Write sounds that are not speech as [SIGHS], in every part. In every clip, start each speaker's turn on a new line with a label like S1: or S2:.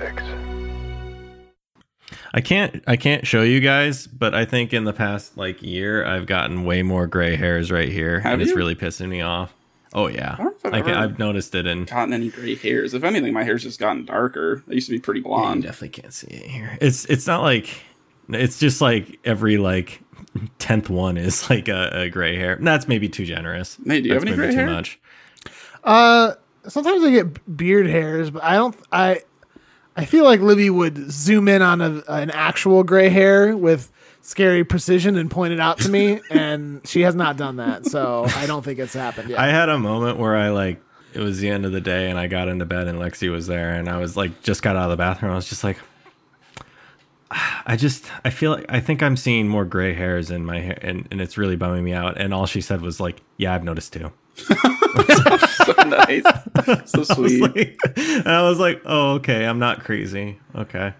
S1: six.
S2: I can't I can't show you guys, but I think in the past like year I've gotten way more gray hairs right here,
S3: Have
S2: and it's
S3: you?
S2: really pissing me off. Oh yeah,
S3: I don't know if I've
S2: I can,
S3: ever-
S2: I've noticed it in.
S3: Gotten any gray hairs? If anything, my hair's just gotten darker. I used to be pretty
S2: You
S3: blonde.
S2: definitely can't see it here. It's it's not like it's just like every like tenth one is [LAUGHS] like a, a gray hair. That's maybe too generous.
S3: Nate, do you
S2: That's
S3: have any
S2: maybe
S3: gray
S2: too
S3: hair?
S2: much.
S4: Uh, sometimes I get beard hairs, but I don't. I I feel like Libby would zoom in on a, an actual gray hair with scary precision and point it out to
S2: [LAUGHS]
S4: me, and she has not done that, so I don't think it's happened yet.
S2: I had a moment where I like it was the end of the day and I got into bed and Lexi was there and I was like just got out of the bathroom. I was just like [SIGHS] I just I feel like I think I'm seeing more gray hairs in my hair and, and it's really bumming me out. And all she said was like, Yeah, I've noticed too. [LAUGHS]
S3: so [LAUGHS] nice. So sweet.
S2: Like, and I was like, Oh, okay, I'm not crazy. Okay.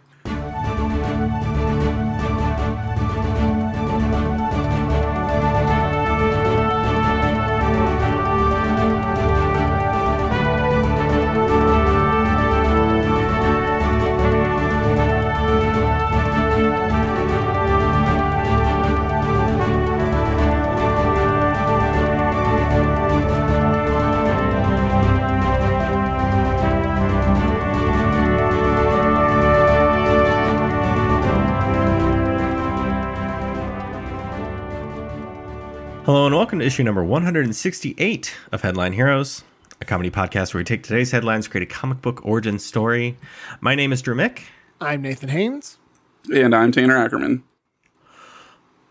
S2: Hello and welcome to issue number 168 of Headline Heroes, a comedy podcast where we take today's headlines, create a comic book origin story. My name is Drew Mick.
S4: I'm Nathan Haynes.
S3: And I'm Tanner Ackerman.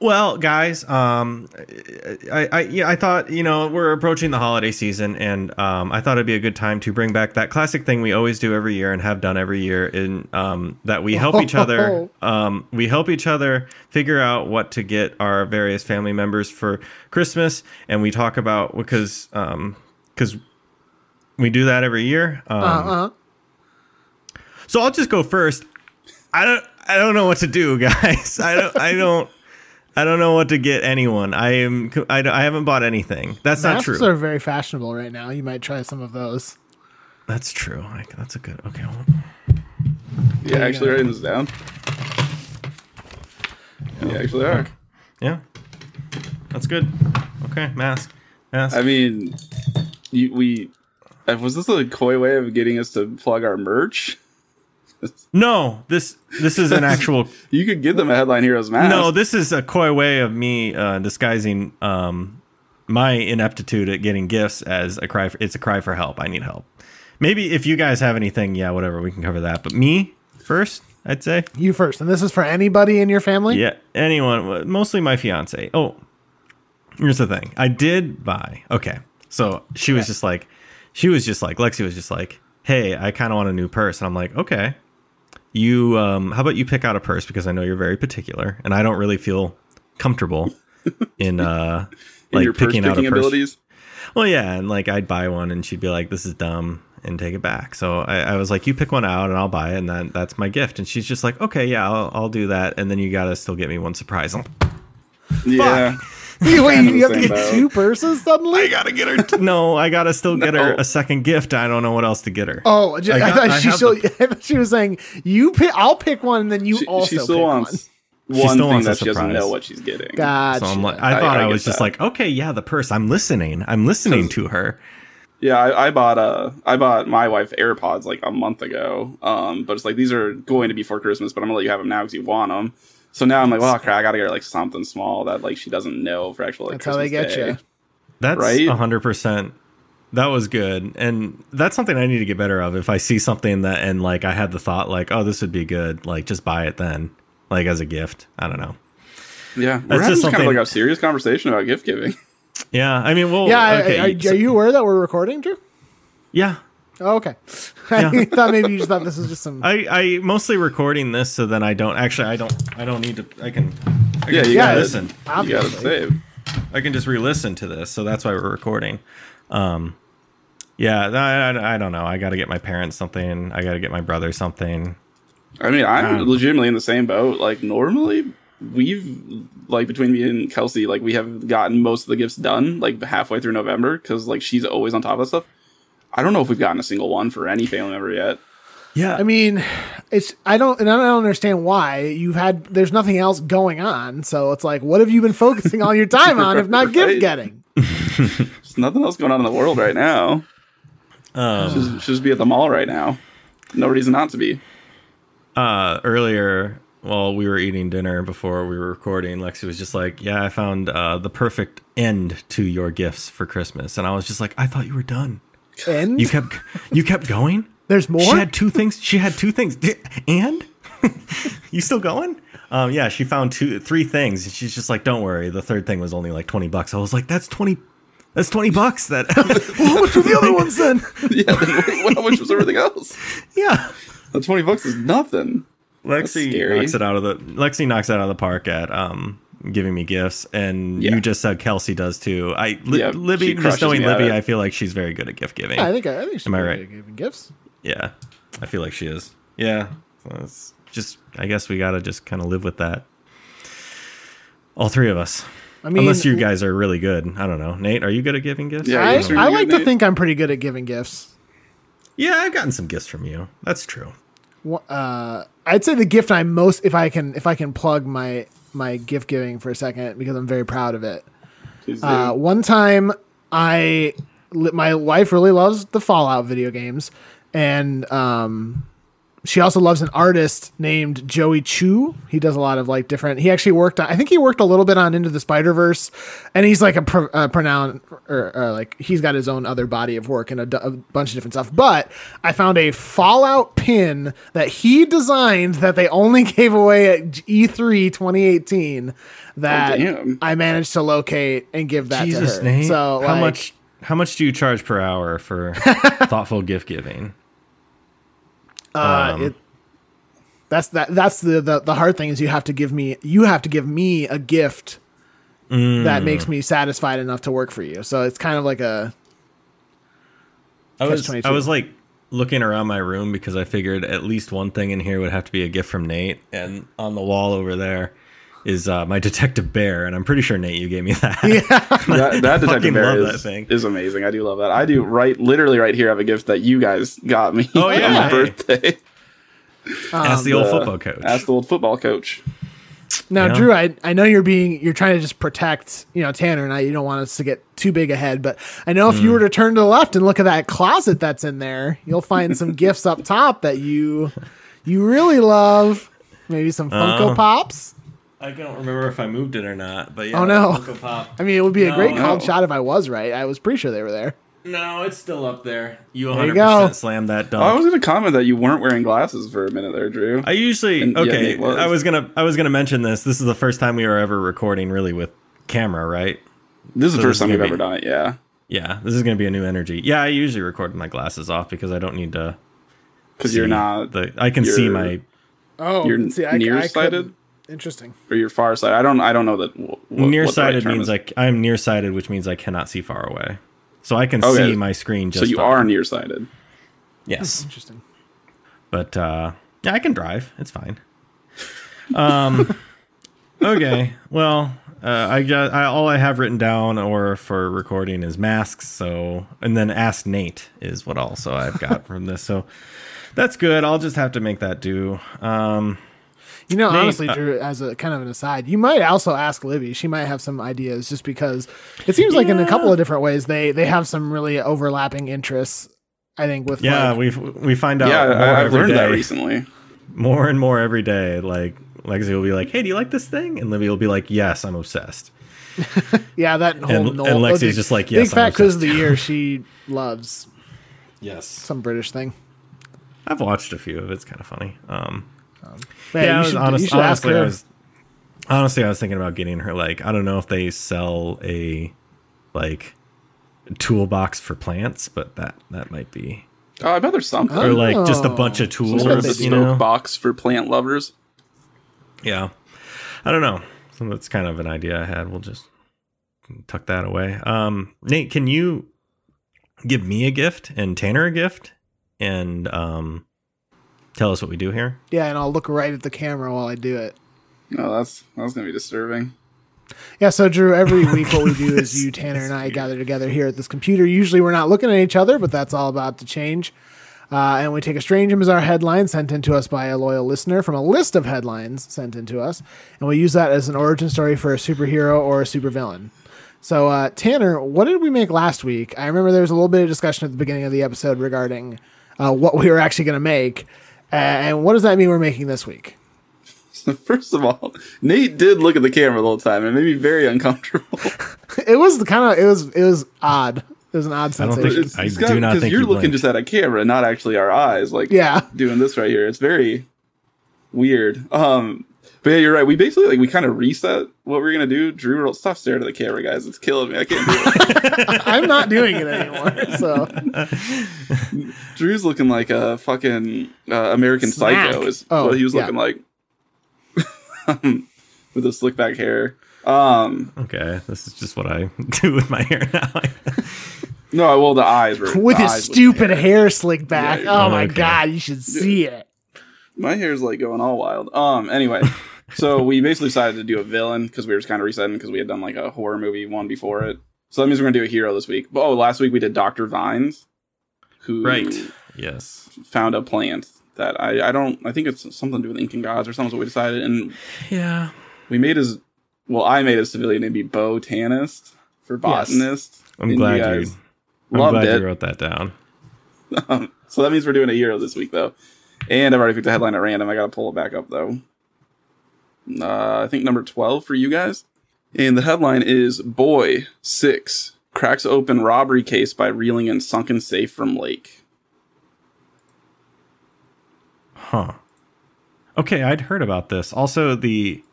S2: Well, guys, um, I, I, yeah, I thought you know we're approaching the holiday season, and um, I thought it'd be a good time to bring back that classic thing we always do every year and have done every year in um, that we help each other. Um, we help each other figure out what to get our various family members for Christmas, and we talk about because um 'cause we do that every year. Um,
S4: Uh uh
S2: so I'll just go first. I don't I don't know what to do, [LAUGHS] guys. I don't I don't I don't know what to get anyone. I am I, don't- I haven't bought anything. That's not
S4: Masks
S2: true.
S4: are very fashionable right now. You might try some of those.
S2: That's true. Like, that's a good. Okay. hold on.
S3: Yeah, actually writing this down. You actually are.
S2: Yeah. That's good. Okay, mask. Mask.
S3: I mean, you, we uh, was this a coy way of getting us to plug our merch?
S2: no, this this is an actual
S3: You could give them a headline heroes mask.
S2: No, this is a coy way of me uh, disguising um, my ineptitude at getting gifts as a cry. For, it's a cry for help. I need help. Maybe if you guys have anything, yeah, whatever, we can cover that. But me first, I'd say.
S4: You first, and this is for anybody in your family.
S2: Yeah, anyone, mostly my fiance. Oh, here's the thing. I did buy. Okay, so she was just like, she was just like, Lexi was just like, hey, I kind of want a new purse, and I'm like, okay, you, um, how about you pick out a purse because I know you're very particular, and I don't really feel comfortable
S3: [LAUGHS]
S2: in uh,
S3: in
S2: like
S3: your purse
S2: picking out
S3: picking
S2: a purse.
S3: abilities.
S2: Well, yeah, and like I'd buy one, and she'd be like, "This is dumb," and take it back. So I, I was like, "You pick one out, and I'll buy it, and that, that's my gift." And she's just like, "Okay, yeah, I'll, I'll do that." And then you gotta still get me one surprise. I'm like,
S3: Yeah,
S4: [LAUGHS] You, wait,
S3: Kind of
S4: you
S3: the
S4: have to
S3: same
S4: get
S3: boat.
S4: two purses
S2: I
S4: suddenly.
S2: gotta get her. no, I gotta still get her
S3: No.
S2: a second gift. I don't know what else to get her.
S4: Oh, j- I,
S2: I got-
S4: thought
S2: I
S4: she
S2: have
S4: still, [LAUGHS] I thought she was saying you pick. I'll pick one, and then you
S3: she,
S4: also
S3: she still
S4: pick
S3: wants
S2: She
S3: one
S2: still
S3: thing
S2: wants a
S3: that she doesn't
S2: surprise.
S3: know what she's getting.
S4: one. Gotcha.
S2: So I'm like, I thought
S3: I- I
S2: I,
S3: get
S2: was just
S3: that.
S2: like, okay, yeah, the purse. I'm listening. I'm listening to her.
S3: Yeah, I, I bought uh I bought my wife AirPods like a month ago. Um, but it's like these are going to be for Christmas, but I'm gonna let you have them now because you want them. So now I'm like, well, crap, I gotta get her like something small that like she doesn't know for actual like
S4: That's how they
S3: Christmas
S4: get
S3: Day.
S4: you.
S2: That's
S3: Right?
S2: hundred percent. That was good, and that's something I need to get better of. If I see something that and like I had the thought like, oh, this would be good, like just buy it then, like as a gift. I don't know.
S3: Yeah, we're
S2: just
S3: having just kind of
S2: something-
S3: like a serious conversation about gift giving. [LAUGHS]
S2: Yeah, I mean, well,
S4: Yeah,
S2: Oh, okay,
S4: are, are,
S2: so-
S4: are you aware that we're recording, Drew?
S2: yeah.
S4: Oh, okay. [LAUGHS] I thought maybe you just thought this was just some.
S2: I I mostly recording this so then I don't actually I don't I don't need to I can I can
S3: Yeah, you
S2: yeah,
S3: gotta
S2: listen.
S3: You gotta
S4: obviously.
S3: save.
S2: I can just re-listen to this, so that's why we're recording. Um, yeah, I, I, I don't know. I got to get my parents something. I got to get my brother something.
S3: I mean, I'm
S2: Um,
S3: legitimately in the same boat. Like normally, we've like between me and Kelsey, like we have gotten most of the gifts done like halfway through November because like she's always on top of that stuff. I don't know if we've gotten a single one for any family member yet.
S2: Yeah.
S4: I mean, it's I don't and I don't understand why you've had. There's nothing else going on, so it's like, what have you been focusing all your time on if not gift
S3: Right.
S4: getting?
S3: There's nothing else going on in the world right now.
S2: um,
S3: Should, should just be at the mall right now. No reason not to be. [LAUGHS]
S2: uh, earlier while we were eating dinner before we were recording, Lexi was just like, "Yeah, I found uh, the perfect end to your gifts for Christmas," and I was just like, "I thought you were done.
S4: And
S2: You kept you kept going.
S4: there's more.
S2: She had two things. She had two things. Di- And [LAUGHS] you still going?" Um, yeah, she found two, three things. and She's just like, "Don't worry." The third thing was only like twenty bucks. I was like, "That's twenty, that's twenty bucks." That [LAUGHS]
S4: well, [LAUGHS] what's with the other ones then?
S3: Yeah, then what- how much was everything else?
S2: yeah.
S3: The twenty bucks is nothing.
S2: Lexi
S3: scary.
S2: knocks it out of the Lexi knocks it out of the park at um giving me gifts, and
S3: Yeah.
S2: you just said Kelsey does too. I Li-
S3: Yeah,
S2: Libby,
S3: she
S2: just
S3: crushes
S2: knowing
S3: me at
S2: Libby,
S3: it.
S2: I feel like she's very good at gift giving.
S4: I think I, I think she's
S2: Am I
S4: pretty
S2: right?
S4: good at giving gifts.
S2: yeah, I feel like she is. Yeah, So it's just I guess we gotta just kind of live with that. All three of us,
S4: I mean,
S2: unless you guys are really good. I don't know. Nate, are you good at giving gifts?
S3: Yeah.
S4: I,
S3: you guys are
S4: I
S3: good,
S4: like to
S3: Nate.
S4: think I'm pretty good at giving gifts.
S2: yeah. I've gotten some gifts from you. That's true.
S4: Wha- Uh, I'd say the gift I'm most if I can if I can plug my my gift giving for a second because I'm very proud of it.
S3: Please do.
S4: Uh, one time, I li- my wife really loves the Fallout video games, and um, she also loves an artist named Joey Chu. He does a lot of like different. He actually worked. On, I think he worked a little bit on Into the Spider Verse, and he's like a, pro, a pronoun or, or like he's got his own other body of work and a, d- a bunch of different stuff. But I found a Fallout pin that he designed that they only [LAUGHS] gave away at E E3 2018. That
S3: damn.
S4: I managed to locate and give that to
S2: Jesus,
S4: her.
S2: Nate.
S4: So
S2: how
S4: like,
S2: much? How much do you charge per hour
S4: [LAUGHS]
S2: for thoughtful gift giving? Um,
S4: Uh, it, that's that. That's the, the the hard thing is you have to give me you have to give me a gift
S2: Mm.
S4: that makes me satisfied enough to work for you. So it's kind of like a
S2: I
S4: [LAUGHS] Catch
S2: was
S4: 22.
S2: I was like looking around my room because I figured at least one thing in here would have to be a gift from Nate, and on the wall over there is uh, my [LAUGHS] detective bear, and I'm pretty sure Nate you gave me that. [LAUGHS]
S3: [LAUGHS] that,
S2: fucking
S3: that detective bear
S2: love that
S3: is,
S2: thing.
S3: is amazing. I do love that. I do right, literally right here. I have a gift that you guys got me.
S2: Oh,
S3: [LAUGHS] on
S2: yeah.
S3: my birthday.
S2: Ask the old
S3: Uh,
S2: football coach.
S3: Ask the old football coach.
S4: now,
S2: Yeah.
S4: Drew. I I know you're being you're trying to just protect you know Tanner and I. You don't want us to get too big ahead, but I know if you
S2: Mm.
S4: were to turn to the left and look at that closet that's in there, you'll
S2: [LAUGHS]
S4: find some gifts up top that you you really love. Maybe some Funko
S2: Oh.
S4: Pops.
S2: I don't remember if I moved it or not, but yeah.
S4: Oh, no.
S2: Funko Pop.
S4: I mean, it would be a
S2: No,
S4: great called
S3: no.
S4: shot if I was right. I was pretty sure they were there.
S2: No, it's still up there. You
S4: you
S2: 100
S4: go.
S2: percent slammed that
S3: Oh, I
S2: dunk.
S3: was going to comment that you weren't wearing glasses for a minute there, Drew.
S2: I usually
S3: And- yeah,
S2: okay.
S3: Nate was.
S2: I was gonna I was gonna mention this. This is the first time we were ever recording really with camera, right?
S3: this is the
S2: so this
S3: first time
S2: is
S3: we've
S2: gonna
S3: ever
S2: be-
S3: done it. Yeah.
S2: Yeah, this is gonna be a new energy. Yeah, I usually record with my glasses off because I don't need to
S3: Because you're
S2: see
S3: not,
S2: the I can see
S3: you're-
S2: my
S4: Oh,
S3: You're see, I- I nearsighted? couldn't.
S4: Interesting.
S3: or you're farsighted. I don't, I don't know that. Wh- wh-
S2: nearsighted
S3: what the right term
S2: means
S3: is.
S2: like I'm nearsighted, which means I cannot see far away. So I can
S3: Okay.
S2: see my screen
S3: So
S2: just
S3: you
S2: fine.
S3: are nearsighted.
S2: Yes.
S4: Interesting.
S2: But uh yeah, I can drive. It's
S3: [LAUGHS]
S2: fine. Um Okay. Well, uh, I just I, all I have written down or for recording is masks, so and then ask Nate is what also I've
S3: [LAUGHS]
S2: got from this. So that's good. I'll just have to make that do. Um
S4: You know,
S2: Nate,
S4: honestly,
S2: uh,
S4: Drew, as a kind of an aside, you might also ask Libby. She might have some ideas, just because it seems like in a
S2: Yeah.
S4: couple of different ways they they have some really overlapping interests. I think with
S2: yeah,
S4: like,
S2: we we find out
S3: yeah,
S2: Oh, more
S3: I, I've
S2: every
S3: learned that
S2: day.
S3: recently.
S2: more and more every day. Like Lexi will be like, "Hey, do you like this thing?" And Libby will be like, "Yes, I'm obsessed."
S4: yeah, that whole
S2: and
S4: Noel-
S2: Lexi's
S4: big-
S2: just like,
S4: big
S2: yes, I'm
S4: fat quiz of the
S2: obsessed. [LAUGHS]
S4: year. She loves
S2: Yes,
S4: some British thing.
S2: I've watched a few of it. It's kind of funny. Um,
S4: Man,
S2: yeah, I
S4: you
S2: was
S4: should,
S2: honest-
S4: you should ask
S2: honestly,
S4: her.
S2: I was honestly I was thinking about getting her like I don't know if they sell a like toolbox for plants, but that that might be
S3: Oh, I bet there's something.
S2: or like just a
S4: Oh.
S2: bunch of
S3: Some
S2: tools.
S3: sort of
S4: they
S2: you
S3: bespoke
S2: know?
S3: box for plant lovers.
S2: Yeah. I don't know. So that's kind of an idea I had. We'll just tuck that away. Um, Nate, can you give me a gift and Tanner a gift and um, tell us what we do here?
S4: yeah, and I'll look right at the camera while I do it.
S3: No, Oh, that's that's gonna be disturbing. [LAUGHS]
S4: Yeah, so Drew, every week what we do
S2: This
S4: is you, Tanner,
S2: is
S4: and I
S2: weird.
S4: gather together here at this computer. Usually we're not looking at each other, but that's all about to change. Uh, and we take a strange and bizarre headline sent in to us by a loyal listener from a list of headlines sent in to us, and we use that as an origin story for a superhero or a supervillain. So, uh, Tanner, what did we make last week? I remember there was a little bit of discussion at the beginning of the episode regarding uh, what we were actually going to make. Uh, and what does that mean we're making this week?
S3: First of all, Nate did look at the camera the whole time and it made me very
S2: [LAUGHS]
S3: uncomfortable.
S4: It was the kind of it was it was odd. It was an odd
S2: don't
S4: sensation.
S2: think- I do not think
S3: you're
S2: you blinked.
S3: looking just at a camera, not actually our eyes. Like
S4: Yeah. [LAUGHS]
S3: doing this right here. It's very weird. Um, but yeah, you're right. We basically like we kind of reset what we're gonna do. Drew, roll- stop staring at the camera, guys. It's killing me. I can't do it.
S4: I'm not doing it anymore. So
S3: Drew's looking like a fucking uh, American
S4: Snack.
S3: Psycho. Is
S4: Oh,
S3: what he was
S4: yeah.
S3: looking like [LAUGHS] with the slick back hair. Um,
S2: Okay, this is just what I [LAUGHS] do with my hair now. [LAUGHS]
S3: no, well, the eyes were
S4: with
S3: the
S4: his
S3: eyes looked-
S4: stupid hair slicked back.
S3: Yeah,
S4: oh
S2: yeah.
S4: my
S2: Okay.
S4: god, you should see it.
S3: my hair's like going all wild. Um,
S4: [LAUGHS]
S3: anyway, so we basically decided to do a villain because we were just kind of resetting because we had done like a horror movie one before it. So that means we're gonna do a hero this week. But oh, last week we did Doctor Vines, who
S2: right. Yes.
S3: found a plant that I I don't I think it's something to do with Incan gods or something. So we decided, and
S2: Yeah.
S3: we made his well, I made his civilian name be botanist for botanist.
S2: I'm
S3: and you
S2: glad you.
S3: guys
S2: I'm
S3: loved
S2: glad
S3: it.
S2: you wrote that down.
S3: Um, [LAUGHS] so that means we're doing a hero this week, though. And I've already picked a headline at random. I got to pull it back up, though. Uh, I think number 12 for you guys. And the headline is Boy 6 cracks open robbery case by reeling in sunken safe from lake.
S2: Huh. Okay, I'd heard about this. Also, the.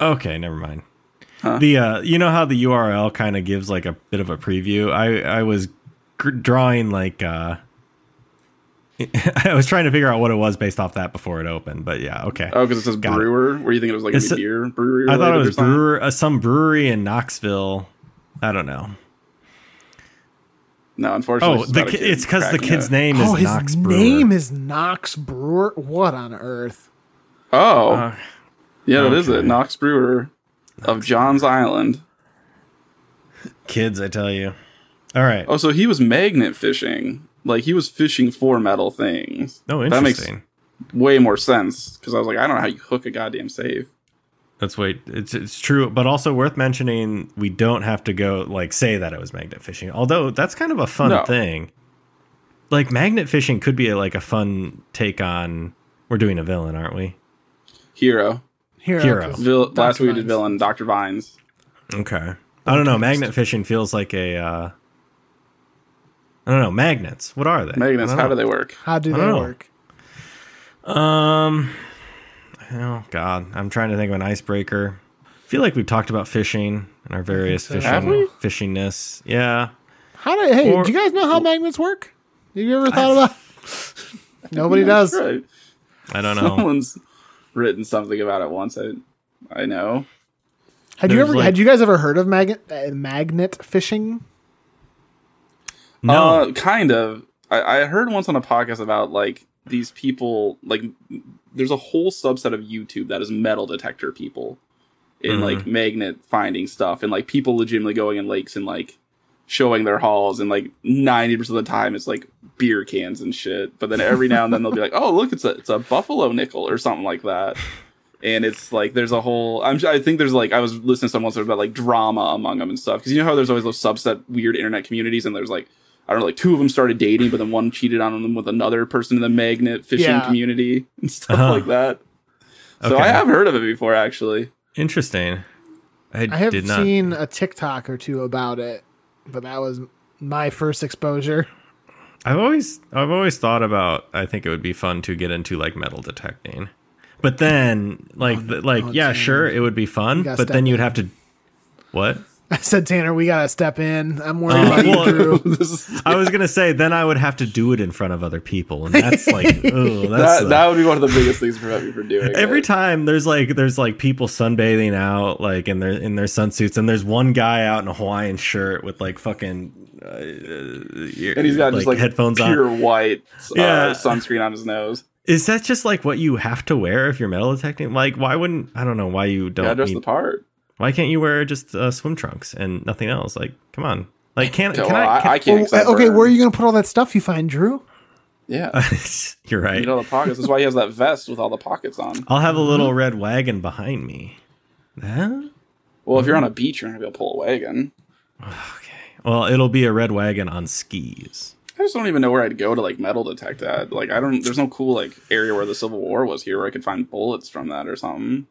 S2: Okay, never mind.
S3: Huh?
S2: The uh, you know how the URL kind of gives like a bit of a preview. I I was gr- drawing like uh. [LAUGHS] I was trying to figure out what it was based off that before it opened, but yeah, okay.
S3: Oh, because it says
S2: Got it.
S3: brewer. Were you thinking it was like
S2: It's
S3: a
S2: a-
S3: beer brewery?
S2: I thought it
S3: related or
S2: was
S3: something?
S2: brewer, uh, some brewery in Knoxville. I don't know.
S3: No, unfortunately.
S2: Oh, the
S3: about a
S2: ki-
S3: kid
S2: it's because the
S3: cracking
S2: kid's
S3: a-
S2: name is
S4: Oh, his
S2: Knox
S4: name
S2: Brewer.
S4: is Knox Brewer. What on earth?
S3: Oh,
S2: Uh,
S3: yeah, that is it.
S2: okay.
S3: Knox Brewer of Johns Island.
S2: kids, I tell you. All right.
S3: Oh, so he was magnet fishing. Like he was fishing for metal things.
S2: Oh,
S3: That makes
S2: interesting.
S3: way more sense because I was like, I don't know how you hook a goddamn save.
S2: That's wait. It's it's true, but also worth mentioning. We don't have to go like say that it was magnet fishing. Although that's kind of a fun
S3: No.
S2: thing. Like magnet fishing could be like a fun take on. We're doing a villain, aren't we?
S3: Hero.
S4: Hero.
S2: Hero.
S3: Vil-
S4: Dr.
S3: last week we did
S4: Vines.
S3: villain, Dr. Vines.
S2: Okay. I don't know. Magnet fishing feels like a. Uh, I don't know. Magnets. What are they?
S3: Magnus, how do they work?
S4: How do
S2: I
S4: they
S2: don't know.
S4: work?
S2: they? Um. Oh God, I'm trying to think of an icebreaker. I feel like we've talked about fishing and our various
S4: so.
S2: fishing
S3: Have we?
S2: fishingness. Yeah.
S4: How do hey?
S2: Or-
S4: do you guys know how magnets work? Have you ever thought about? Nobody
S3: That's
S4: does.
S3: right.
S2: I don't know.
S3: [LAUGHS] Someone's written something about it once. I, I know.
S4: Had you
S2: There's
S4: ever?
S2: like-
S4: had you guys ever heard of magnet uh, magnet fishing?
S2: No.
S3: Uh, kind of. I, I heard once on a podcast about like these people, like there's a whole subset of YouTube that is metal detector people in
S2: Mhm.
S3: like magnet finding stuff and like people legitimately going in lakes and like showing their hauls and like 90% of the time it's like beer cans and shit but then every now and then they'll be like oh look it's a it's a buffalo nickel or something like that and it's like there's a whole I'm, I think there's like I was listening to someone sort of about like drama among them and stuff because you know how there's always those subset weird internet communities and there's like I don't know like two of them started dating but then one cheated on them with another person in the magnet fishing
S4: Yeah.
S3: community and stuff
S2: Uh-huh.
S3: like that so
S2: Okay.
S3: I have heard of it before actually
S2: Interesting. I,
S4: I have
S2: did not.
S4: seen a TikTok or two about it, but that was my first exposure.
S2: I've always I've always thought about I think it would be fun to get into like metal detecting. But then like the, like
S4: oh,
S2: yeah,
S4: damn.
S2: sure, it would be fun,
S4: gotta
S2: but
S4: step
S2: then you'd have to
S3: [LAUGHS]
S2: what?
S4: I said, Tanner, we gotta step in. I'm
S3: Oh,
S4: worried
S2: Uh,
S4: about you,
S2: well-
S3: [LAUGHS]
S4: Drew.
S3: This is-
S2: I was going to say then I would have to do it in front of other people and that's
S4: [LAUGHS]
S2: like oh, that's
S3: that,
S2: a-
S3: that would be one of the biggest things to prevent me from doing
S2: Every
S3: it.
S2: time there's like there's like people sunbathing out like in their in their sunsuits and there's one guy out in a Hawaiian shirt with like fucking uh, uh,
S3: and he's got just like
S2: headphones on.
S3: pure white uh,
S2: Yeah.
S3: sunscreen on his nose
S2: Is that just like what you have to wear if you're metal detecting? Like, why wouldn't I don't know why you
S3: yeah
S2: don't
S3: dress
S2: need-
S3: the part
S2: why can't you wear just uh, swim trunks and nothing else? Like, come on, like can,
S3: Yeah,
S2: can
S3: [LAUGHS] well,
S2: I?
S3: I,
S2: Can,
S3: I can't
S4: Well,
S3: accept
S4: oh, okay,
S3: burn.
S4: where are you gonna put all that stuff you find, Drew?
S3: Yeah.
S2: [LAUGHS] You're right.
S3: You Mm-hmm. know the pockets. That's why he has that vest with all the pockets on.
S2: I'll have a little red wagon behind me. Huh?
S3: Well, if you're on a beach, you're not gonna be able to pull a wagon.
S2: Okay. Well, it'll be a red wagon on skis.
S3: I just don't even know where I'd go to like metal detect that. Like I don't. There's no cool like area where the Civil War was here where I could find bullets from that or something.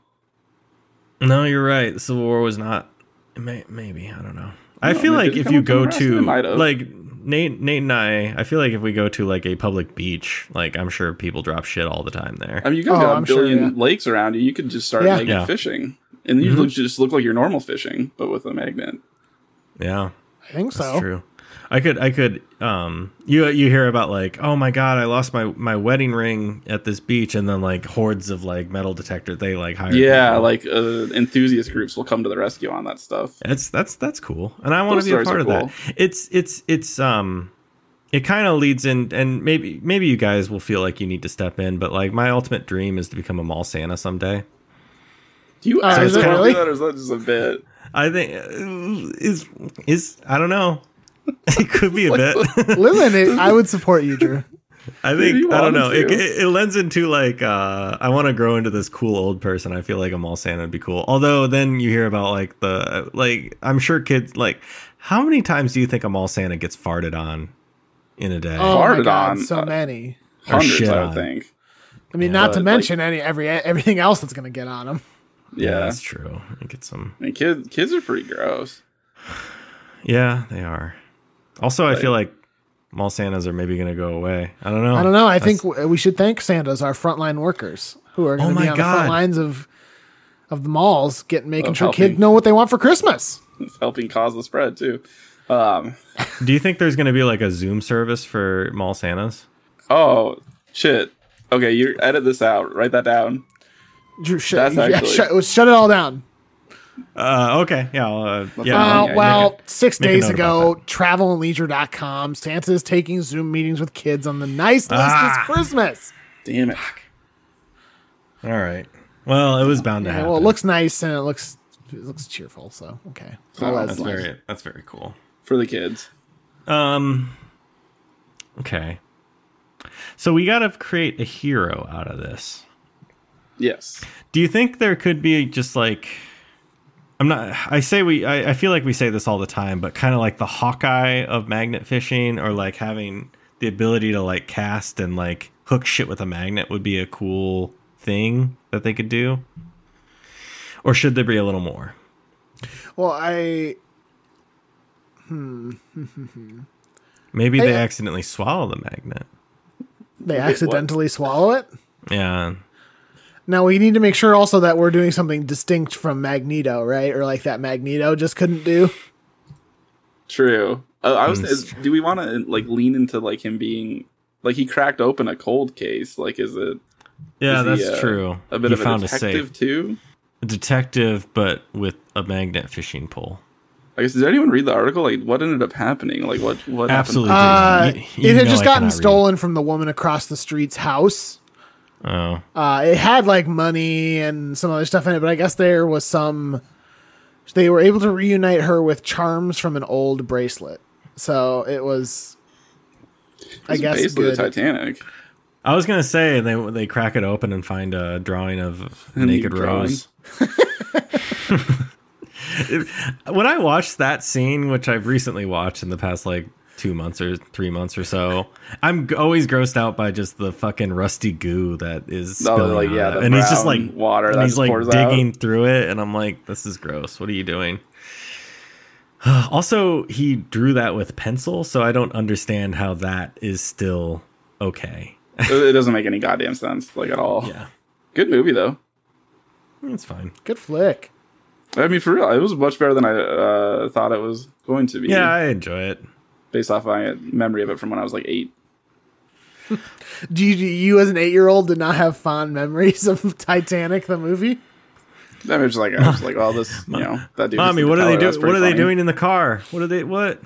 S2: No, you're right. The Civil War was not. May, maybe I don't know. I
S3: No,
S2: feel
S3: maybe
S2: like
S3: it
S2: if
S3: come
S2: you
S3: up in
S2: go
S3: Nebraska? It
S2: to
S3: might have.
S2: like Nate, Nate and I, I feel like if we go to like a public beach, like I'm sure people drop shit all the time there.
S3: I mean, you guys
S4: Oh,
S3: got a
S4: I'm sure,
S3: billion
S4: yeah.
S3: lakes around you. You could just start
S4: Yeah.
S3: naked
S2: Yeah.
S3: fishing, and you
S2: Mhm.
S3: look, just look like you're normal fishing, but with a magnet.
S2: yeah,
S4: I think
S2: that's
S4: so.
S2: true. I could, I could. Um, you you hear about like, oh my god, I lost my my wedding ring at this beach, and then like hordes of like metal detector. They like hire.
S3: Yeah,
S2: people.
S3: like uh, enthusiast groups will come to the rescue on that stuff.
S2: That's that's that's cool, and I want
S3: Those
S2: to be a
S3: stories
S2: part
S3: are
S2: of that. It's it's it's um, it kind of leads in, and maybe maybe you guys will feel like you need to step in, but like my ultimate dream is to become a mall Santa someday.
S3: Do you
S4: Uh,
S3: actually
S2: Oh, is it
S3: wanna do
S4: really?
S3: that, or is that just a bit?
S2: I think uh, is is I don't know. [LAUGHS] It could be a bit.
S3: [LAUGHS]
S4: Listen, it, I would support you, Drew.
S2: I
S3: Maybe
S2: think
S3: you
S2: I don't
S3: want
S2: know. It,
S3: to.
S2: it, it lends into like uh, I want to grow into this cool old person. I feel like a mall Santa would be cool. Although then you hear about like the uh, like I'm sure kids like how many times do you think a mall Santa gets farted on in a day?
S4: [LAUGHS] Oh my
S3: Farted
S4: God,
S3: on,
S4: so
S3: uh,
S4: many.
S2: Or
S3: Hundreds,
S2: shit
S3: I
S2: on.
S3: would think.
S4: I mean,
S2: yeah,
S4: not to
S3: but, like-
S4: mention any every everything else that's gonna get on them.
S2: Yeah,
S3: Yeah,
S2: that's true. I get some.
S3: I mean, kids kids are pretty gross.
S2: Yeah, they are. Also, I
S3: Like-
S2: feel like mall Santas are maybe gonna go away. I don't know.
S3: Oh,
S4: I don't know. I
S2: That's-
S4: think w- we should thank Santas, our frontline workers, who are
S2: Oh
S4: going to
S2: my
S4: be on the front
S2: God.
S4: lines of of the malls, getting making
S3: Of
S4: sure kids
S3: helping.
S4: know what they want for Christmas.
S3: It's helping cause the spread too. Um,
S2: Do you think there's gonna be like a Zoom service for mall Santas?
S3: oh shit. Okay, you edit this out. Write that down.
S4: Drew, shut,
S3: That's
S4: yeah,
S3: actually-
S4: shut, shut it all down.
S2: Uh, okay. Yeah. Well, uh, yeah.
S3: not-
S2: I'll-
S4: Uh,
S3: yeah,
S4: well,
S2: make
S4: six
S2: make a
S4: days
S2: note about
S4: ago, travelandleisure.com, Santa is taking Zoom meetings with kids on the nice list
S2: Ah.
S4: this Christmas.
S3: Damn it.
S2: All right. Well, it was bound to
S4: Yeah,
S2: happen.
S4: well, it looks nice and it looks it looks cheerful, so okay.
S3: Oh,
S4: Well,
S3: that's
S2: that's
S4: that's-
S3: nice.
S2: very that's very cool.
S3: For the kids.
S2: Um. Okay. So we gotta create a hero out of this.
S3: Yes.
S2: Do you think there could be just like I'm not I say we I, I feel like we say this all the time, but kind of like the Hawkeye of magnet fishing or like having the ability to like cast and like hook shit with a magnet would be a cool thing that they could do. Or should there be a little more?
S4: well, I
S2: Maybe
S4: Hey,
S2: they
S4: I-
S2: accidentally swallow the magnet.
S4: they
S3: what?
S4: accidentally swallow it.
S2: Yeah.
S4: Now we need to make sure also that we're doing something distinct from Magneto, right? Or like that Magneto just couldn't do.
S3: True. Uh, I was.
S2: Mm,
S3: Is, do we want to like lean into like him being like he cracked open a cold case? Like, is it
S2: Yeah,
S3: Is he,
S2: that's
S3: uh,
S2: true.
S3: a bit
S2: He
S3: of a detective too?
S2: A detective but with a magnet fishing pole.
S3: I guess did anyone read the article? Like, what ended up happening? Like, what what
S2: Absolutely.
S4: Uh,
S2: dude. You- you
S4: it had
S2: know
S4: just
S2: I
S4: gotten
S2: cannot read.
S4: stolen from the woman across the street's house.
S2: Oh.
S4: Uh, it had like money and some other stuff in it, but I guess there was some. They were able to reunite her with charms from an old bracelet, so it was. I
S3: happened? It was
S4: guess
S3: basically
S4: good.
S3: the Titanic.
S2: I was gonna say they they crack it open and find a drawing of
S3: A nude
S2: naked
S3: drawing. [LAUGHS]
S2: Rose. It- when I watched that scene, which I've recently watched in the past like two months or three months or so, I'm g- always grossed out by just the fucking rusty goo that is
S3: Oh,
S2: spilling
S3: like,
S2: out
S3: yeah,
S2: of
S3: the
S2: it. and he's just like
S3: brown water
S2: and
S3: that
S2: he's like
S3: pours out.
S2: digging through it, and I'm like, this is gross. What are you doing? [SIGHS] also, he drew that with pencil, so I don't understand how that is still okay.
S3: it, it doesn't make any goddamn sense, like at all.
S2: Yeah.
S3: Good movie though.
S2: It's fine.
S4: Good flick.
S3: I mean, for real, it was much better than I uh, thought it was going to be.
S2: Yeah, I enjoy it.
S3: Based off my memory of it from when I was like eight.
S4: Do you, do you as an eight-year-old did not have fond memories of [LAUGHS] Titanic the movie?
S3: I was just like, I was like,
S2: [LAUGHS]
S3: oh, this, you know, that dude.
S2: Mommy,
S3: just
S2: what are they
S3: Tyler, that's
S2: doing? What are
S3: pretty
S2: they
S3: funny.
S2: doing in the car? What are they? What?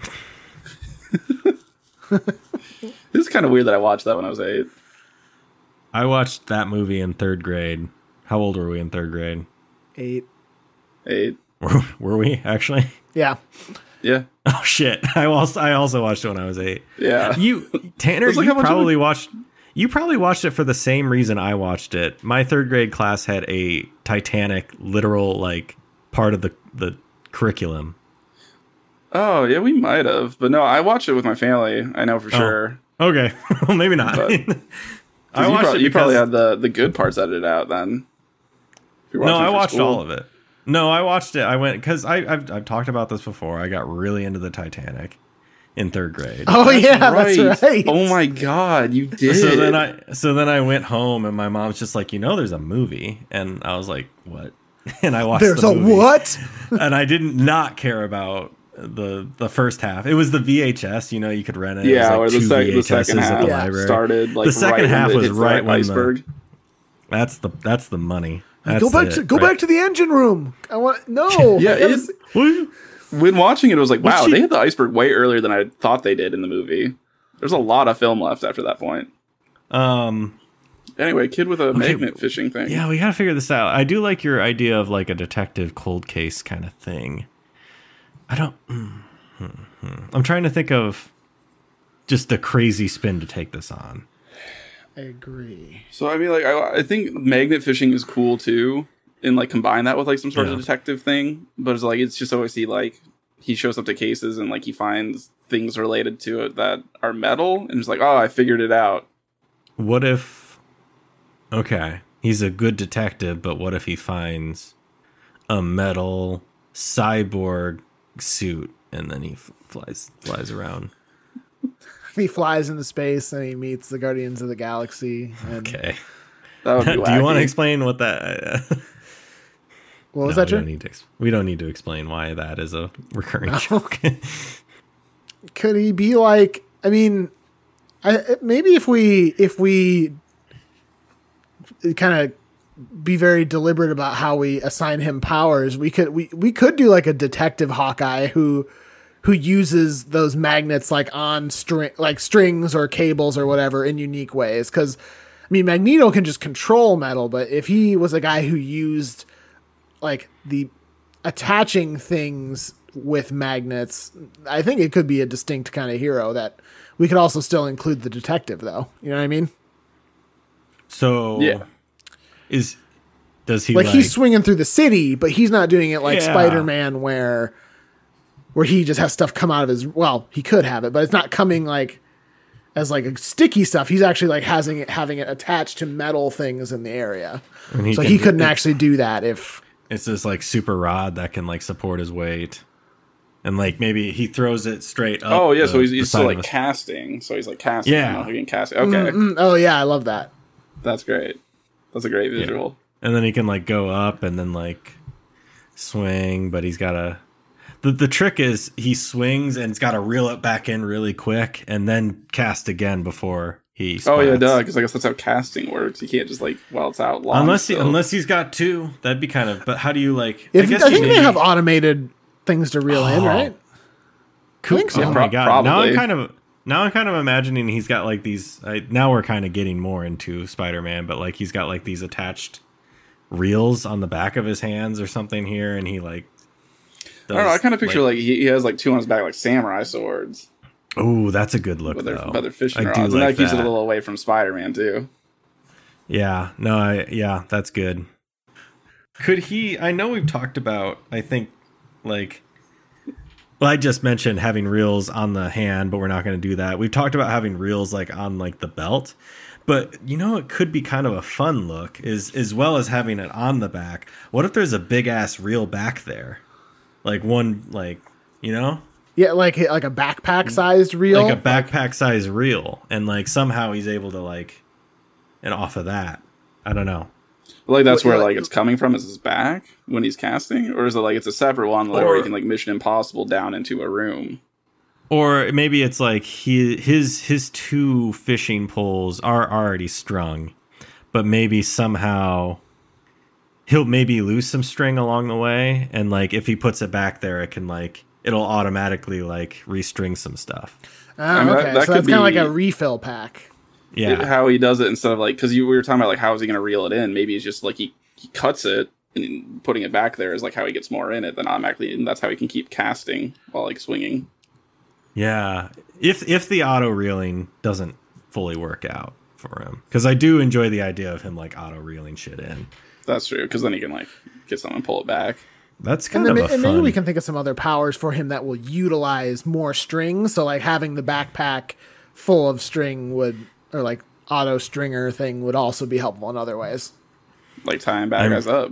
S3: It's kind of weird that I watched that when I was eight.
S2: I watched that movie in third grade. How old were we in third grade?
S4: Eight.
S3: Eight.
S2: Were, were we actually? [LAUGHS]
S4: Yeah.
S3: Yeah.
S2: Oh shit! I also I also watched it when I was eight.
S3: Yeah.
S2: You Tanner,
S3: Let's look
S2: you
S3: how much of
S2: probably watched You probably watched it for the same reason I watched it. My third grade class had a Titanic literal like part of the the curriculum.
S3: Oh yeah, we might have, but no, I watched it with my family. I know for
S2: Oh.
S3: sure.
S2: Okay, [LAUGHS] well maybe not.
S3: But-
S2: I
S3: 'Cause you,
S2: watched
S3: prob-
S2: it.
S3: you probably
S2: because-
S3: had the the good parts edited out then. If you
S2: No,
S3: it
S2: I
S3: for
S2: watched
S3: school.
S2: all of it. No, I watched it. I went because I I've, I've talked about this before. I got really into the Titanic in third grade.
S4: Oh yeah, [LAUGHS] that's right.
S3: Oh my god, you did.
S2: so then I so then I went home and my mom's just like, you know, there's a movie, and I was like, what? [LAUGHS] And I watched.
S4: There's
S2: the
S4: a
S2: movie.
S4: what?
S2: [LAUGHS] and I didn't not care about the the first half. It was the VHS. You know, you could rent it. It was
S3: yeah,
S2: like
S3: or the,
S2: two
S3: sec- the
S2: VHSs
S3: second
S2: at
S3: half
S2: the
S4: Yeah.
S2: library.
S3: started like
S2: The second
S3: right when
S2: half
S3: it
S2: was
S3: hits the
S2: right when the-
S3: iceberg.
S2: That's the that's the money. That's
S4: go back
S2: it,
S4: to go
S2: right?
S4: back to the engine room. I want no.
S3: [LAUGHS] Yeah,
S4: I gotta
S3: it-
S4: see-
S2: Well,
S3: when watching it, it was like,
S2: What's
S3: wow,
S2: she-
S3: they hit the iceberg way earlier than I thought they did in the movie. There's a lot of film left after that point.
S2: Um.
S3: Anyway, kid with a magnet fishing thing.
S2: Yeah, we gotta figure this out. I do like your idea of like a detective cold case kind of thing. I don't. mm, hmm, hmm. I'm trying to think of just a crazy spin to take this on.
S4: I agree.
S3: So I mean, like, I, I think magnet fishing is cool too, and like combine that with like some sort
S2: Yeah.
S3: of detective thing. But it's like it's just always he like he shows up to cases and like he finds things related to it that are metal, and it's like, oh, I figured it out.
S2: What if? Okay, he's a good detective, but what if he finds a metal cyborg suit and then he f- flies flies around?
S4: He flies into space and he meets the Guardians of the Galaxy. And,
S2: Okay.
S3: That would be
S2: [LAUGHS] Do you want to
S3: wacky.
S2: explain what that? uh,
S4: What was
S2: No, we
S4: that? Your?
S2: don't e- need to. Ex- we don't need to explain why that is a
S4: [LAUGHS] Oh,
S2: recurring joke.
S4: could he be like i mean I, maybe if we if we kind of be very deliberate about how we assign him powers we could we, we could do like a detective hawkeye who who uses those magnets like on string like strings or cables or whatever in unique ways because i mean magneto can just control metal but if he was a guy who used like the attaching things with magnets, I think it could be a distinct kind of hero that we could also still include the detective though. You know what I mean?
S2: so
S3: Yeah.
S2: is does he
S4: Like,
S2: like,
S4: he's swinging through the city, but he's not doing it like
S2: Yeah.
S4: Spider-Man where where he just has stuff come out of his well, he could have it, but it's not coming like as like a sticky stuff. He's actually like having it having it attached to metal things in the area.
S2: And he
S4: so
S2: can-
S4: he couldn't actually do that if
S2: it's this like super rod that can like support his weight, and like maybe he throws it straight up.
S3: Oh yeah,
S2: the-
S3: so he's,
S2: the
S3: he's
S2: side
S3: still
S2: of
S3: like
S2: a-
S3: casting. So he's like casting.
S2: Yeah.
S3: Yeah, he can cast. Okay,
S4: Mm, oh yeah, I love that.
S3: that's great. That's a great visual.
S2: and then he can like go up and then like swing, but he's got to. The, the trick is he swings and it's got to reel it back in really quick and then cast again before he.
S3: Oh yeah,
S2: splats.
S3: duh. Because I guess that's how casting works. You can't just like while it's out. Long
S2: Unless he,
S3: still.
S2: unless he's got two, that'd be kind of. But how do you like?
S4: If, I,
S2: guess you
S4: think they
S2: maybe-
S4: have automated things to reel in,
S2: Oh.
S4: right?
S2: Cool.
S4: think so.
S2: Oh my
S3: Pro-
S2: god! Now I'm
S3: probably.
S2: kind of now I'm kind of imagining he's got like these. I, now we're kind of getting more into Spider-Man, but like he's got like these attached reels on the back of his hands or something here, and he like.
S3: I don't know. I kind of picture like, he, he has like two on his back, like samurai swords.
S2: oh, that's a good look
S3: but they're,
S2: though.
S3: but they're fishing
S2: I
S3: rods.
S2: do
S3: and
S2: like
S3: that keeps
S2: that.
S3: it a little away from Spider Man, too.
S2: Yeah. No. I, yeah. That's good. Could he? I know we've talked about. I think, like, well, I just mentioned having reels on the hand, but we're not going to do that. We've talked about having reels like on like the belt, but you know, it could be kind of a fun look, is as well as having it on the back. What if there's a big ass reel back there, like one like you know,
S4: Yeah, like like a backpack sized reel.
S2: Mm. like a backpack size reel, and like somehow he's able to like, and off of that, I don't know.
S3: But, like, that's
S4: Well,
S3: where
S4: yeah,
S3: like it's coming from is his back when he's casting? Or is it like it's a separate one like, where
S2: Or-
S3: you can like Mission Impossible down into a room?
S2: or maybe it's like he, his his two fishing poles are already strung but maybe somehow he'll maybe lose some string along the way and like if he puts it back there it can like it'll automatically like restring some stuff
S4: Oh,
S3: mean, that-
S4: okay,
S3: that
S4: so that's
S3: could
S4: kind of like
S3: be-
S4: a refill pack.
S3: It-
S2: yeah
S3: how he does it instead of like, because you we were talking about like, how is he going to reel it in? Maybe it's just like he, he cuts it and putting it back there is like how he gets more in it than automatically. And that's how he can keep casting while like swinging.
S2: yeah if if the auto reeling doesn't fully work out for him because I do enjoy the idea of him like auto reeling shit in.
S3: That's true. Because then you can like get someone and pull it back.
S2: That's
S4: And,
S2: kind
S4: then,
S2: of
S4: ma-
S2: a
S4: and
S2: fun.
S4: maybe we can think of some other powers for him that will utilize more strings. So like having the backpack full of string would, or like auto stringer thing would also be helpful in other ways.
S3: Like tying bad
S2: I'm-
S3: guys up.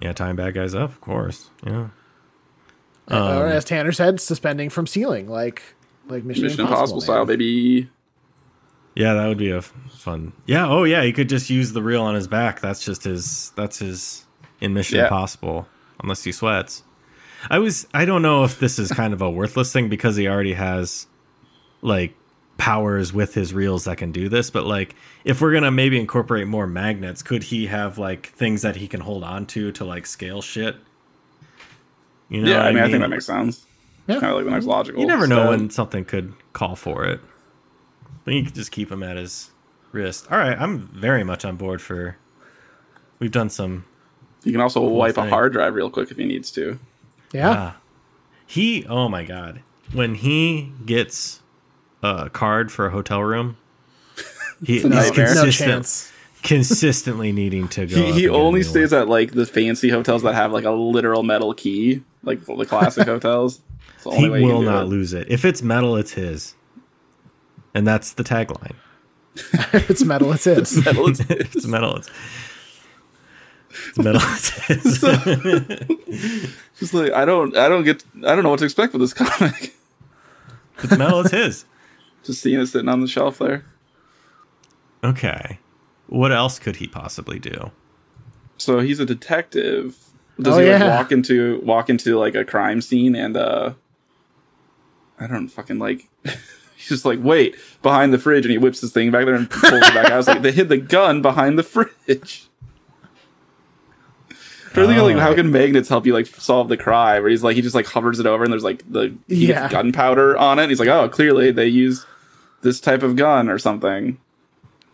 S2: yeah, tying bad guys up, of course. Yeah. Um,
S4: or as Tanner said, suspending from ceiling, like like Mission,
S3: Mission Impossible,
S4: man.
S3: style, baby.
S2: Yeah, that would be a f- fun. Yeah. Oh, yeah. He could just use the reel on his back. That's just his. That's his in Mission
S3: Yeah.
S2: Impossible, unless he sweats. I was. I don't know if this is kind of a worthless thing because he already has, like, powers with his reels that can do this. But like, if we're gonna maybe incorporate more magnets, could he have like things that he can hold on to to like scale shit? You know.
S3: yeah,
S2: what
S3: I mean, I think that makes sense.
S4: Yeah.
S3: Kind of like the next logical.
S2: You never know
S3: step.
S2: when something could call for it. But you could just keep him at his wrist. All right, I'm very much on board for. We've done some.
S3: You can also wipe a
S2: thing.
S3: hard drive real quick if he needs to.
S4: Yeah.
S2: Ah. he. Oh my god, when he gets a card for a hotel
S3: [LAUGHS]
S2: room, he,
S3: a
S2: he's
S3: nightmare.
S4: no
S2: consistent,
S3: [LAUGHS]
S4: chance. [LAUGHS]
S2: consistently needing to go.
S3: He,
S2: up
S3: he
S2: and get a
S3: only
S2: new
S3: stays
S2: one.
S3: at like the fancy hotels that have like a literal metal key, like
S2: [LAUGHS]
S3: the classic hotels. It's the only
S2: He
S3: way you
S2: will
S3: can do
S2: not
S3: it.
S2: lose it. If it's metal, it's his. And that's the tagline.
S4: it's metal.
S2: [LAUGHS]
S4: It's it.
S3: Metal [LAUGHS] is-
S2: it's metal. It's, it's metal.
S3: [LAUGHS]
S2: It's his.
S3: Just like I don't, I don't get, I don't know what to expect with this [LAUGHS] comic.
S2: It's metal. It's his.
S3: Just seeing it sitting on the shelf there.
S2: Okay. What else could he possibly do?
S3: So he's a detective. Does
S4: Oh,
S3: he like
S4: yeah.
S3: walk into walk into like a crime scene and uh I don't fucking like [LAUGHS] he's just like wait behind the fridge and he whips his thing back there and pulls it back out. I was like they hid the gun behind the fridge. Or thinking, like,
S2: Oh.
S3: how can magnets help you like solve the crime? Or he's like he just like hovers it over and there's like the he gets
S4: Yeah.
S3: gunpowder on it. And he's like, oh, clearly they use this type of gun or something.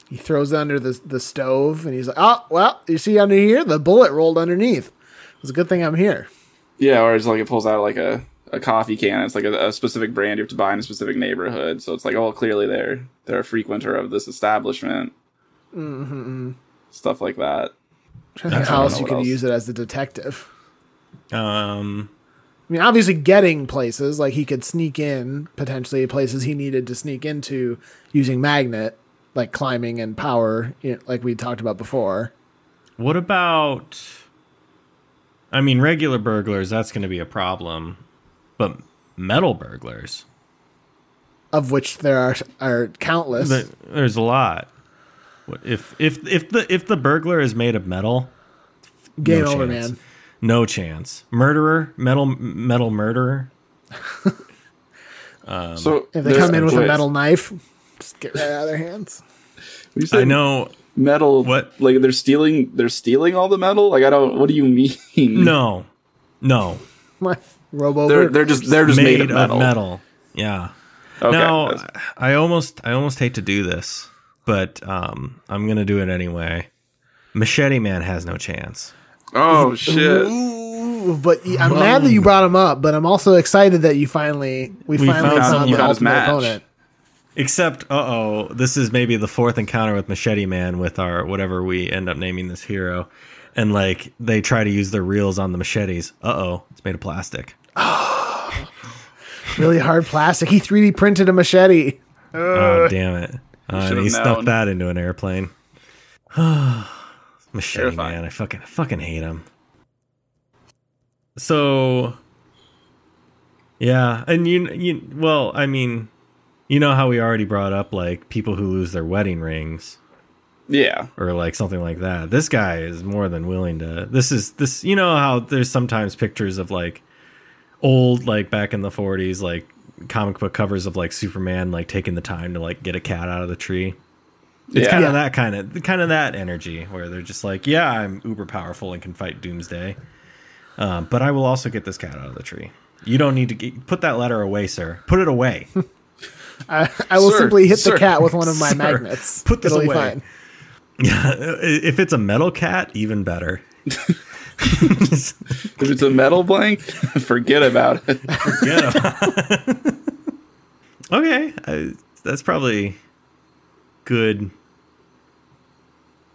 S4: He throws it under the the stove, and he's like, "Oh well, you see under here, the bullet rolled underneath. It's a good thing I'm here."
S3: Yeah, or it's like it pulls out like a, a coffee can. It's like a, a specific brand you have to buy in a specific neighborhood. So it's like, oh, clearly they're they're a frequenter of this establishment. Mm-hmm.
S4: Mm-hmm.
S3: Stuff like that.
S4: I'm trying to think
S3: I
S4: how
S3: don't
S4: else
S3: know
S4: you
S3: what
S4: could
S3: else.
S4: use it as a detective.
S2: Um,
S4: I mean, obviously, getting places like he could sneak in potentially places he needed to sneak into using magnet, like climbing and power, you know, like we talked about before.
S2: what about? I mean, regular burglars. That's going to be a problem, but metal burglars.
S4: Of which there are are countless.
S2: th- There's a lot. What if if if the if the burglar is made of metal?
S4: Game over,
S2: chance.
S4: man.
S2: No chance. Murderer, metal metal murderer. Um,
S3: so
S4: If they
S3: there's-
S4: come in with a
S3: wait,
S4: metal knife, just get right out of their hands. [LAUGHS]
S3: you said
S2: I know.
S3: metal.
S2: What?
S3: Like they're stealing? They're stealing all the metal? Like I don't. What do you mean?
S2: No, no.
S4: My robo.
S3: they're
S4: burglar.
S3: they're just they're just made, of metal.
S2: Yeah.
S3: Okay.
S2: now
S3: that's-
S2: I almost I almost hate to do this, but um, I'm gonna do it anyway. Machete Man has no chance.
S3: oh shit!
S4: Ooh, but y- I'm mad that you brought him up, but I'm also excited that you finally we,
S2: We
S4: finally
S2: found
S4: found
S2: him.
S4: the
S2: Found
S3: his
S4: ultimate
S3: match.
S4: opponent.
S2: Except, uh oh, this is maybe the fourth encounter with Machete Man with our whatever we end up naming this hero, and like they try to use their reels on the machetes. Uh oh, it's made of plastic.
S4: Really hard plastic. He 3D printed a machete.
S2: oh damn it! Uh, and
S3: should've
S2: he stuck
S3: known.
S2: that into an airplane. [SIGHS] Machete
S3: Terrifying.
S2: man, I fucking I fucking hate him. So, yeah, and you you well, I mean, you know how we already brought up like people who lose their wedding rings
S3: Yeah.
S2: or like something like that. This guy is more than willing to. This is this. You know how there's sometimes pictures of like old, like back in the 40s, like comic book covers of like Superman like taking the time to like get a cat out of the tree. It's
S3: yeah.
S2: kind
S4: Yeah.
S2: of that kind of kind of that energy where they're just like, yeah, I'm uber powerful and can fight Doomsday, um, but I will also get this cat out of the tree. You don't need to get, put that letter away, sir. Put it away. [LAUGHS]
S4: I, I will
S3: Sir,
S4: simply hit
S3: sir,
S4: the cat with one of my
S2: sir,
S4: magnets.
S2: put this
S4: It'll be
S2: away.
S4: fine.
S2: if it's a metal cat, even better. [LAUGHS]
S3: If it's a metal blank, [LAUGHS] forget about
S2: [LAUGHS]
S3: it. [LAUGHS]
S2: Okay, I, that's probably good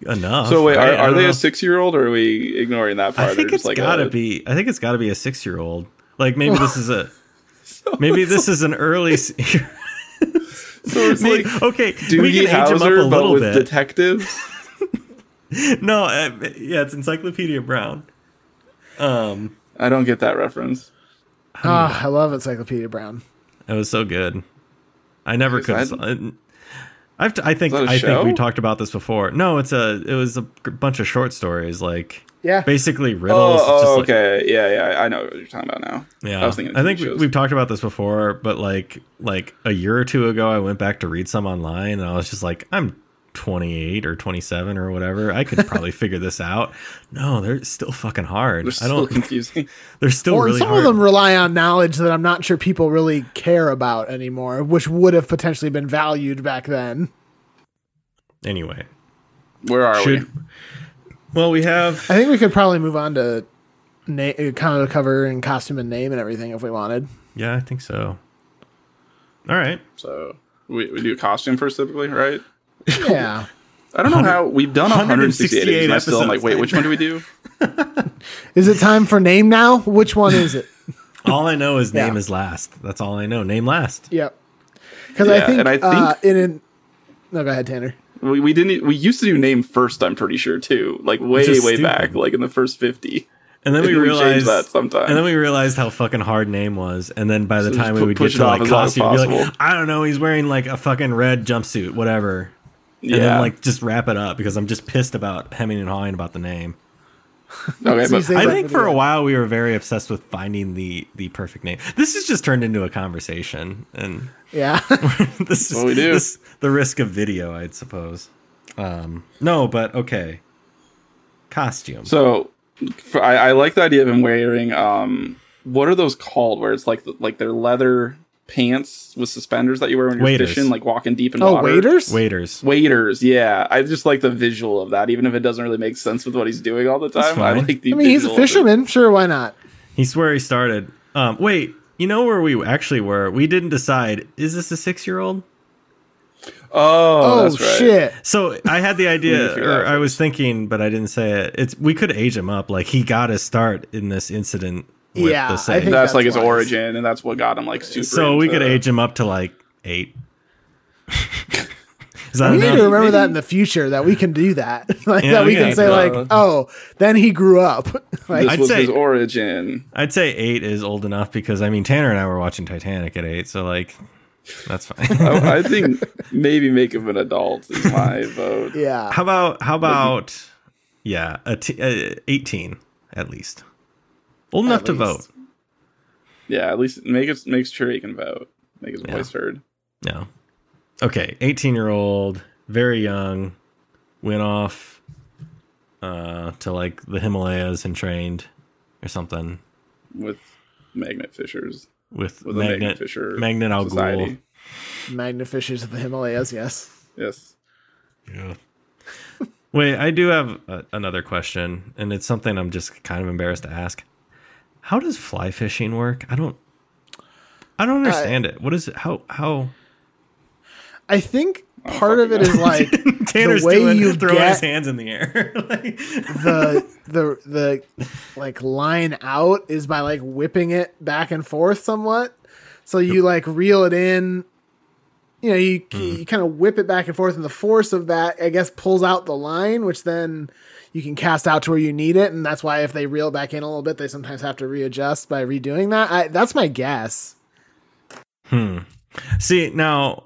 S2: enough.
S3: So wait,
S2: right?
S3: are,
S2: I
S3: are
S2: don't
S3: they
S2: know.
S3: a uh, six year old, or are we ignoring that part?
S2: I think
S3: Or just
S2: it's gotta
S3: a-
S2: be. I think it's gotta be a six-year-old. Like maybe this is
S3: [LAUGHS]
S2: a. Maybe this is an early. s- [LAUGHS]
S3: [LAUGHS] So it's
S2: Maybe-
S3: like
S2: okay, we
S3: Doogie
S2: can age him up a
S3: Howser, but
S2: little
S3: with
S2: bit.
S3: detectives.
S2: [LAUGHS] no, uh, yeah, it's Encyclopedia Brown. Um,
S3: I don't get
S2: [LAUGHS]
S3: that reference.
S4: Ah, I love Encyclopedia Brown.
S2: it was so good. I never could.
S3: that-
S2: I, I've t- I think
S3: Is that a
S2: I think we
S3: show?
S2: talked about this before. No, it's a it was a g- bunch of short stories like
S4: Yeah.
S2: basically riddles.
S3: Oh,
S2: It's just
S3: oh,
S2: like-
S3: okay, yeah, yeah, I know what you're talking about now.
S2: Yeah,
S3: I was thinking. of TV
S2: think we,
S3: shows.
S2: we've talked about this before, but like like a year or two ago, I went back to read some online, and I was just like, I'm 28 or 27 or whatever. I could
S3: [LAUGHS]
S2: probably figure this out. No, they're still fucking hard.
S3: They're
S2: I
S3: still
S2: don't.
S3: [LAUGHS] confusing.
S2: They're still
S4: Well,
S2: really
S4: and some
S2: hard.
S4: of them rely on knowledge that I'm not sure people really care about anymore, which would have potentially been valued back then.
S2: anyway,
S3: Where are
S2: should
S3: we?
S2: well, we have
S4: I think we could probably move on to na- uh, kind of cover and costume and name and everything if
S2: [LAUGHS]
S4: we wanted.
S2: yeah, I think so. All right,
S3: So we, we do costume first typically, right?
S4: Yeah.
S3: I don't know how we've done 168,
S2: 168
S3: and I still am like,
S2: episodes.
S3: wait, which one do
S2: [LAUGHS]
S3: we do?
S4: is it time for name now? Which one is it?
S2: all I know is name
S4: Yeah.
S2: is last. That's all I know. Name last.
S4: Yep. Because I
S3: Yeah,
S4: think,
S3: and I think-
S4: uh, in an no, go ahead, Tanner.
S3: We, we didn't. e, We used to do name first. I'm pretty sure too. Like way
S2: Which
S3: way
S2: is stupid.
S3: back, like in the first 50.
S2: And then we
S3: We changed
S2: realized
S3: that sometime.
S2: And then we realized how fucking hard name was. And then by the
S3: So just
S2: time we
S3: pu-
S2: would get
S3: push it
S2: to
S3: off
S2: like
S3: as long as
S2: costume, you'd be like,
S3: possible.
S2: I don't know, he's wearing like a fucking red jumpsuit, whatever. And
S3: yeah.
S2: then like just wrap it up because I'm just pissed about hemming and hawing about the name.
S3: okay,
S4: So you
S3: but
S4: say-
S2: I
S4: Right,
S2: think for a
S4: yeah.
S2: while we were very obsessed with finding the the perfect name. This has just turned into a conversation, and
S4: Yeah. [LAUGHS]
S2: [LAUGHS] this is
S3: what we do.
S2: This, the risk of video, I'd suppose. Um, no, but okay. Costume.
S3: so for, I, I like the idea of him wearing um what are those called? Where it's like the, like their leather pants with suspenders that you wear when you're
S2: Waders.
S3: fishing, like walking deep in
S4: oh,
S3: water.
S4: waiters.
S2: Waiters.
S3: Waiters, yeah. I just like the visual of that, even if it doesn't really make sense with what he's doing all the time. I
S2: fine.
S3: like the.
S4: I mean, he's
S3: visual
S4: a
S3: of it.
S4: fisherman. Sure, why not?
S2: He's where he started. Um, wait, you know where we actually were? We didn't decide. Is this a six-year-old?
S3: Oh,
S4: Oh,
S3: that's right.
S4: shit.
S2: So I had the
S3: [LAUGHS] We need
S2: idea,
S3: to figure that
S2: or
S3: out
S2: I was thinking, but I didn't say it. It's we could age him up. Like he got his start in this incident. With
S4: Yeah, I
S2: the same.
S4: think
S3: That's, like
S4: that's
S3: his
S4: wise.
S3: origin, and that's what got him like super.
S2: so we could
S3: into-
S2: age him up to like
S3: [LAUGHS]
S2: eight. Is that
S4: We need to
S2: enough?
S4: remember that in the future that we can do that. [LAUGHS] like
S2: Yeah,
S4: that
S2: we
S4: we can
S2: can
S4: say
S2: do
S4: like,
S3: that.
S4: oh, then he grew up. [LAUGHS] like
S3: This
S2: I'd
S3: was
S2: say-
S3: his origin.
S2: I'd say eight is old enough because I mean Tanner and I were watching Titanic at eight, so like that's
S3: [LAUGHS]
S2: fine.
S3: I, I
S4: [LAUGHS]
S3: think maybe make him an adult is my vote.
S4: yeah.
S2: [LAUGHS] how about how about yeah, a t- uh, eighteen at least, old enough to vote.
S4: least.
S3: Yeah, at least make it make sure he can vote. Make his voice heard.
S2: No. Okay, 18 year old, very young, went off uh, to like the Himalayas and trained or something
S3: with Magnet Fishers.
S2: with,
S3: With the Magnet
S2: Magnet
S3: Fisher
S2: Magnet Al Ghul.
S3: Society.
S4: Magna fishers of the Himalayas. Yes.
S3: Yes.
S2: Yeah. Wait, I do have a, another question, and it's something I'm just kind of embarrassed to ask. How does fly fishing work? I don't, I don't
S4: Uh,
S2: understand it. What is it? How [LAUGHS] how?
S4: I think part of it
S3: Oh, fucking
S4: is
S3: [LAUGHS]
S4: like
S2: Tanner's
S4: way
S2: doing
S4: you
S2: [LAUGHS] throwing his
S4: get-
S2: hands in the air. [LAUGHS] like,
S4: the the the like line out is by like whipping it back and forth somewhat. So you like reel it in. You know, you you kind of whip it back and forth, and the force of that, I guess, pulls out the line, which then you can cast out to where you need it, and that's why if they reel it back in a little bit, they sometimes have to readjust by redoing that. I, that's my guess.
S2: Hmm. See, now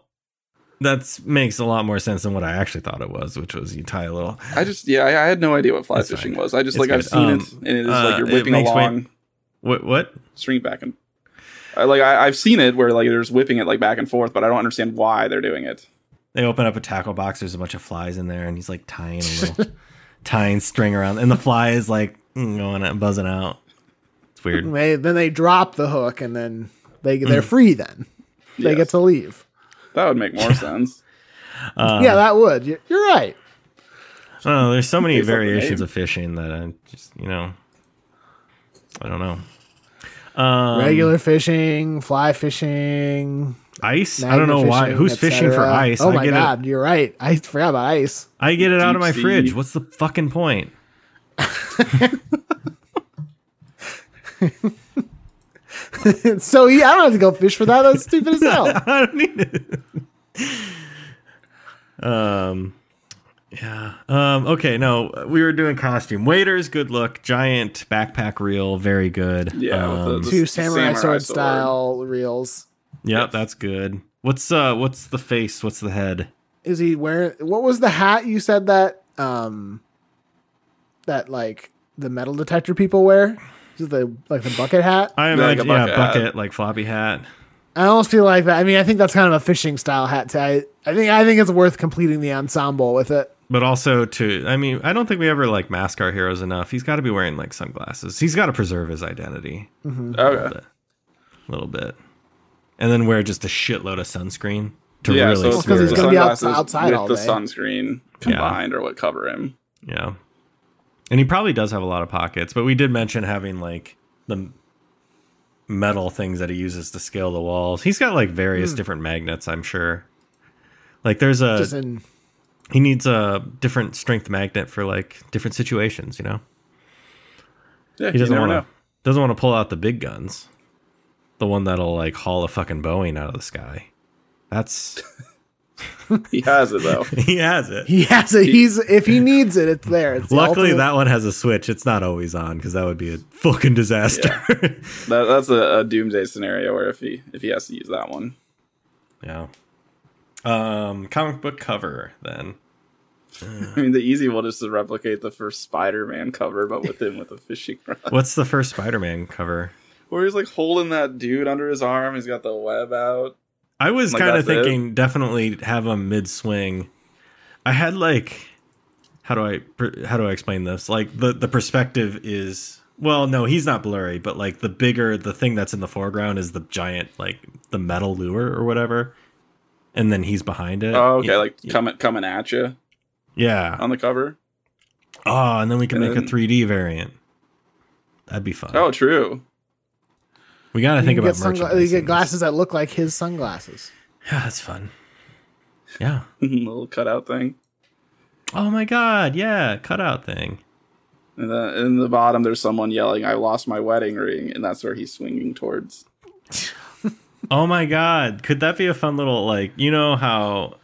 S2: that makes a lot more sense than what I actually thought it was, which was you tie a little.
S3: I just yeah, I, I had no idea what fly
S2: That's
S3: fishing
S2: fine.
S3: was. I just
S2: It's
S3: like I've
S2: good.
S3: seen
S2: Um,
S3: it and it is
S2: uh,
S3: like you're
S2: it
S3: whipping
S2: makes way-
S3: along
S2: What? What?
S3: string back and I, like I, I've seen it where like they're just whipping it like back and forth, but I don't understand why they're doing it.
S2: They open up a tackle box. There's a bunch of flies in there, and he's like tying a
S4: [LAUGHS]
S2: little tying string around, and the fly is like mm, going out, buzzing out. It's weird.
S4: They, then they drop the hook, and then they they're free. Then they
S3: Yes.
S4: get to leave.
S3: That would
S2: [LAUGHS]
S3: make more sense.
S4: yeah, that would. You're, you're right.
S2: Oh, there's so many
S3: Based off the
S2: variations
S3: name.
S2: of fishing that I just you know, I don't know. Um,
S4: regular fishing, fly fishing,
S2: ice. I don't know why.
S4: magnifishing,
S2: Who's
S4: et
S2: fishing for
S4: cetera.
S2: ice?
S4: Oh
S2: I
S4: my
S2: get
S4: god,
S2: it.
S4: you're right. I forgot about ice. [LAUGHS]
S2: I get it out of
S3: Deep
S2: my
S3: sea.
S2: fridge. What's the fucking point? [LAUGHS]
S4: so yeah, I don't have to go fish for
S2: [LAUGHS]
S4: that. That's stupid as hell.
S2: I don't need it. um, yeah. Um, okay. No, we were doing costume. Waiters, good look. Giant backpack reel, very good.
S3: Yeah, with
S2: Um,
S3: the-
S4: Two
S3: Just
S4: samurai,
S3: samurai
S4: sword,
S3: sword.
S4: style reels.
S2: yep, that's good. What's uh, what's the face? What's the head?
S4: Is he wearing? What was the hat you said that? Um, that like the metal detector people wear. Is it the like the bucket hat?
S2: I am
S3: Like
S2: like,
S3: a
S2: yeah,
S3: bucket hat.
S2: bucket, like floppy hat.
S4: I almost feel like that. I mean, I think that's kind of a fishing style hat. To, I, I think I think it's worth completing the ensemble with it.
S2: But also to, I mean, I don't think we ever like mask our heroes enough. He's got to be wearing like sunglasses. He's got to preserve his identity
S3: Okay.
S2: a little bit, and then wear just a shitload of sunscreen to
S3: yeah,
S2: really.
S3: so
S4: Well, 'cause
S2: smooth
S4: he's
S2: it
S3: the
S4: gonna be outs-
S3: sunglasses
S4: outside
S3: with
S4: all
S3: the
S4: day.
S3: sunscreen combined or what cover him.
S2: Yeah. And he probably does have a lot of pockets, but we did mention having like the metal things that he uses to scale the walls. He's got like various different magnets, I'm sure. Like there's a
S4: Just in
S2: he needs a different strength magnet for like different situations, you know.
S3: Yeah,
S2: He doesn't
S3: you never
S2: want
S3: know.
S2: to doesn't want to pull out the big guns. The one that'll like haul a fucking Boeing out of the sky. That's
S3: He has it though.
S2: [LAUGHS] he has
S4: [LAUGHS]
S2: it.
S4: he has it. He's if he needs it, it's there. It's the
S2: Luckily
S4: ultimate-
S2: that one has a switch. It's not always on because that would be a fucking disaster.
S3: That, that's a, a doomsday scenario where if he if he has to use that one.
S2: [LAUGHS] Yeah. Um, comic book cover then.
S3: I mean, the easy one is to replicate the first Spider-Man cover, but with him with a fishing rod,
S2: What's the first Spider-Man cover?
S3: [LAUGHS] where he's like holding that dude under his arm. He's got the web out.
S2: I was
S3: Like,
S2: kind of
S3: that's it?
S2: thinking definitely have a mid swing. I had like, how do I pr- how do I explain this? Like the the perspective is well, no, he's not blurry, but like the bigger the thing that's in the foreground is the giant like the metal lure or whatever, and then he's behind it.
S3: Oh, okay, like
S2: yeah.
S3: coming coming at you
S2: yeah.
S3: on the cover.
S2: Oh, and then we can
S3: And
S2: make
S3: then-
S2: a 3D variant. That'd be fun.
S3: Oh, true. [LAUGHS]
S2: we got to
S4: you
S2: think
S4: can
S2: about
S4: get sungla-
S2: merchandise.
S4: You get glasses that look like his sunglasses.
S2: Yeah, that's fun. Yeah.
S3: little cutout thing.
S2: Oh my god, yeah, cutout thing.
S3: And then in the bottom, there's someone yelling, "I lost my wedding ring," and that's where he's swinging towards.
S2: Oh my god, could that be a fun little like, you know how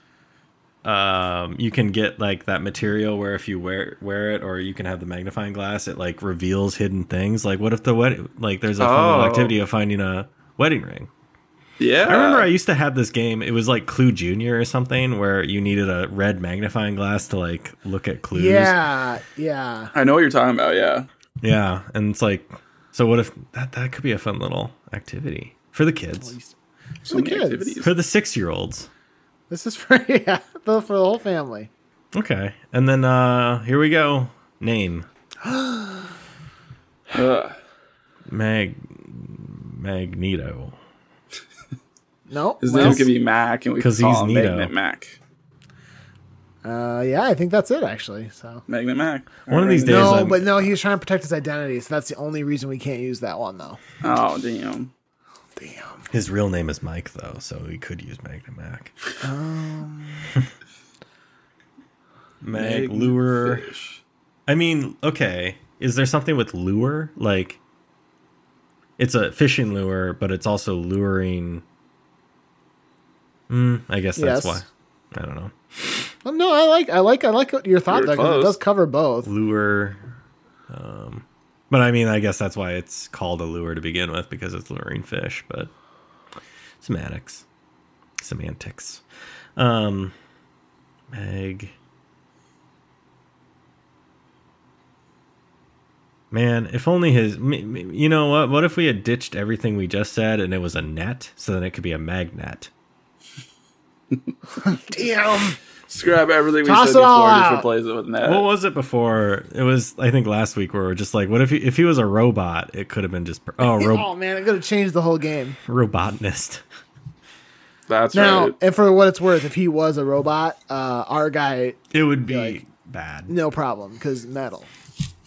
S2: um you can get like that material where if you wear wear it or you can have the magnifying glass, it like reveals hidden things. Like what if the wedding like there's a fun little
S3: Oh. Uh.
S2: activity of finding a wedding ring.
S3: Yeah,
S2: I remember I used to have this game. It was like Clue Junior or something where you needed a red magnifying glass to like look at clues.
S4: Yeah, yeah.
S3: I know what you're talking about. Yeah,
S2: Yeah, and it's like, so what if that that could be a fun little activity for the kids,
S3: so
S4: the
S3: many
S4: kids.
S2: [LAUGHS]
S3: activities.
S2: for the six year olds.
S4: This is [LAUGHS] for yeah, the, for the whole family.
S2: Okay, and then uh here we go. Name
S3: Ugh.
S2: Mag Magneto.
S4: No,
S3: His
S4: well,
S3: name could be Mac, and we could
S2: 'Cause
S3: call
S2: he's
S3: him
S2: neato.
S3: Magnet Mac.
S4: uh, yeah, I think that's it actually. So
S3: Magnet Mac.
S2: One of these
S3: Alright.
S2: days-
S4: no,
S2: I'm-
S4: but no, he's trying to protect his identity, so that's the only reason we can't use that one though.
S2: uh,
S3: Oh damn.
S4: Damn.
S2: His real name is Mike though, so we could use Magna Mac.
S4: Um,
S2: [LAUGHS] Mag lure.
S3: Fish.
S2: I mean, okay. Is there something with lure? Like, it's a fishing lure, but it's also luring. Mm, I guess that's
S4: Yes.
S2: why. I don't know.
S4: well, no, I like I like I like what your
S3: were
S4: thought there 'cause
S3: close.
S4: it does cover both.
S2: Lure. Um, but I mean, I guess that's why it's called a lure to begin with because it's luring fish, but semantics. Semantics. Um, Meg. Man, if only his. m- m- You know what? What if we had ditched everything we just said and it was a net? So then it could be a magnet.
S4: Damn.
S3: Scrap everything we
S4: Toss
S3: said
S4: it all
S3: before. Just
S4: out.
S3: replace it with net.
S2: What was it before? It was, I think, last week where we are just like, what if he, if he was a robot? It could have been just. Oh, robot.
S4: oh man, it could have changed the whole game.
S2: Robotnist.
S3: That's
S4: Now,
S3: right.
S4: and for what it's worth, if he was a robot, uh, our guy,
S2: It would be
S4: Like-
S2: bad. [LAUGHS]
S4: no problem, because metal.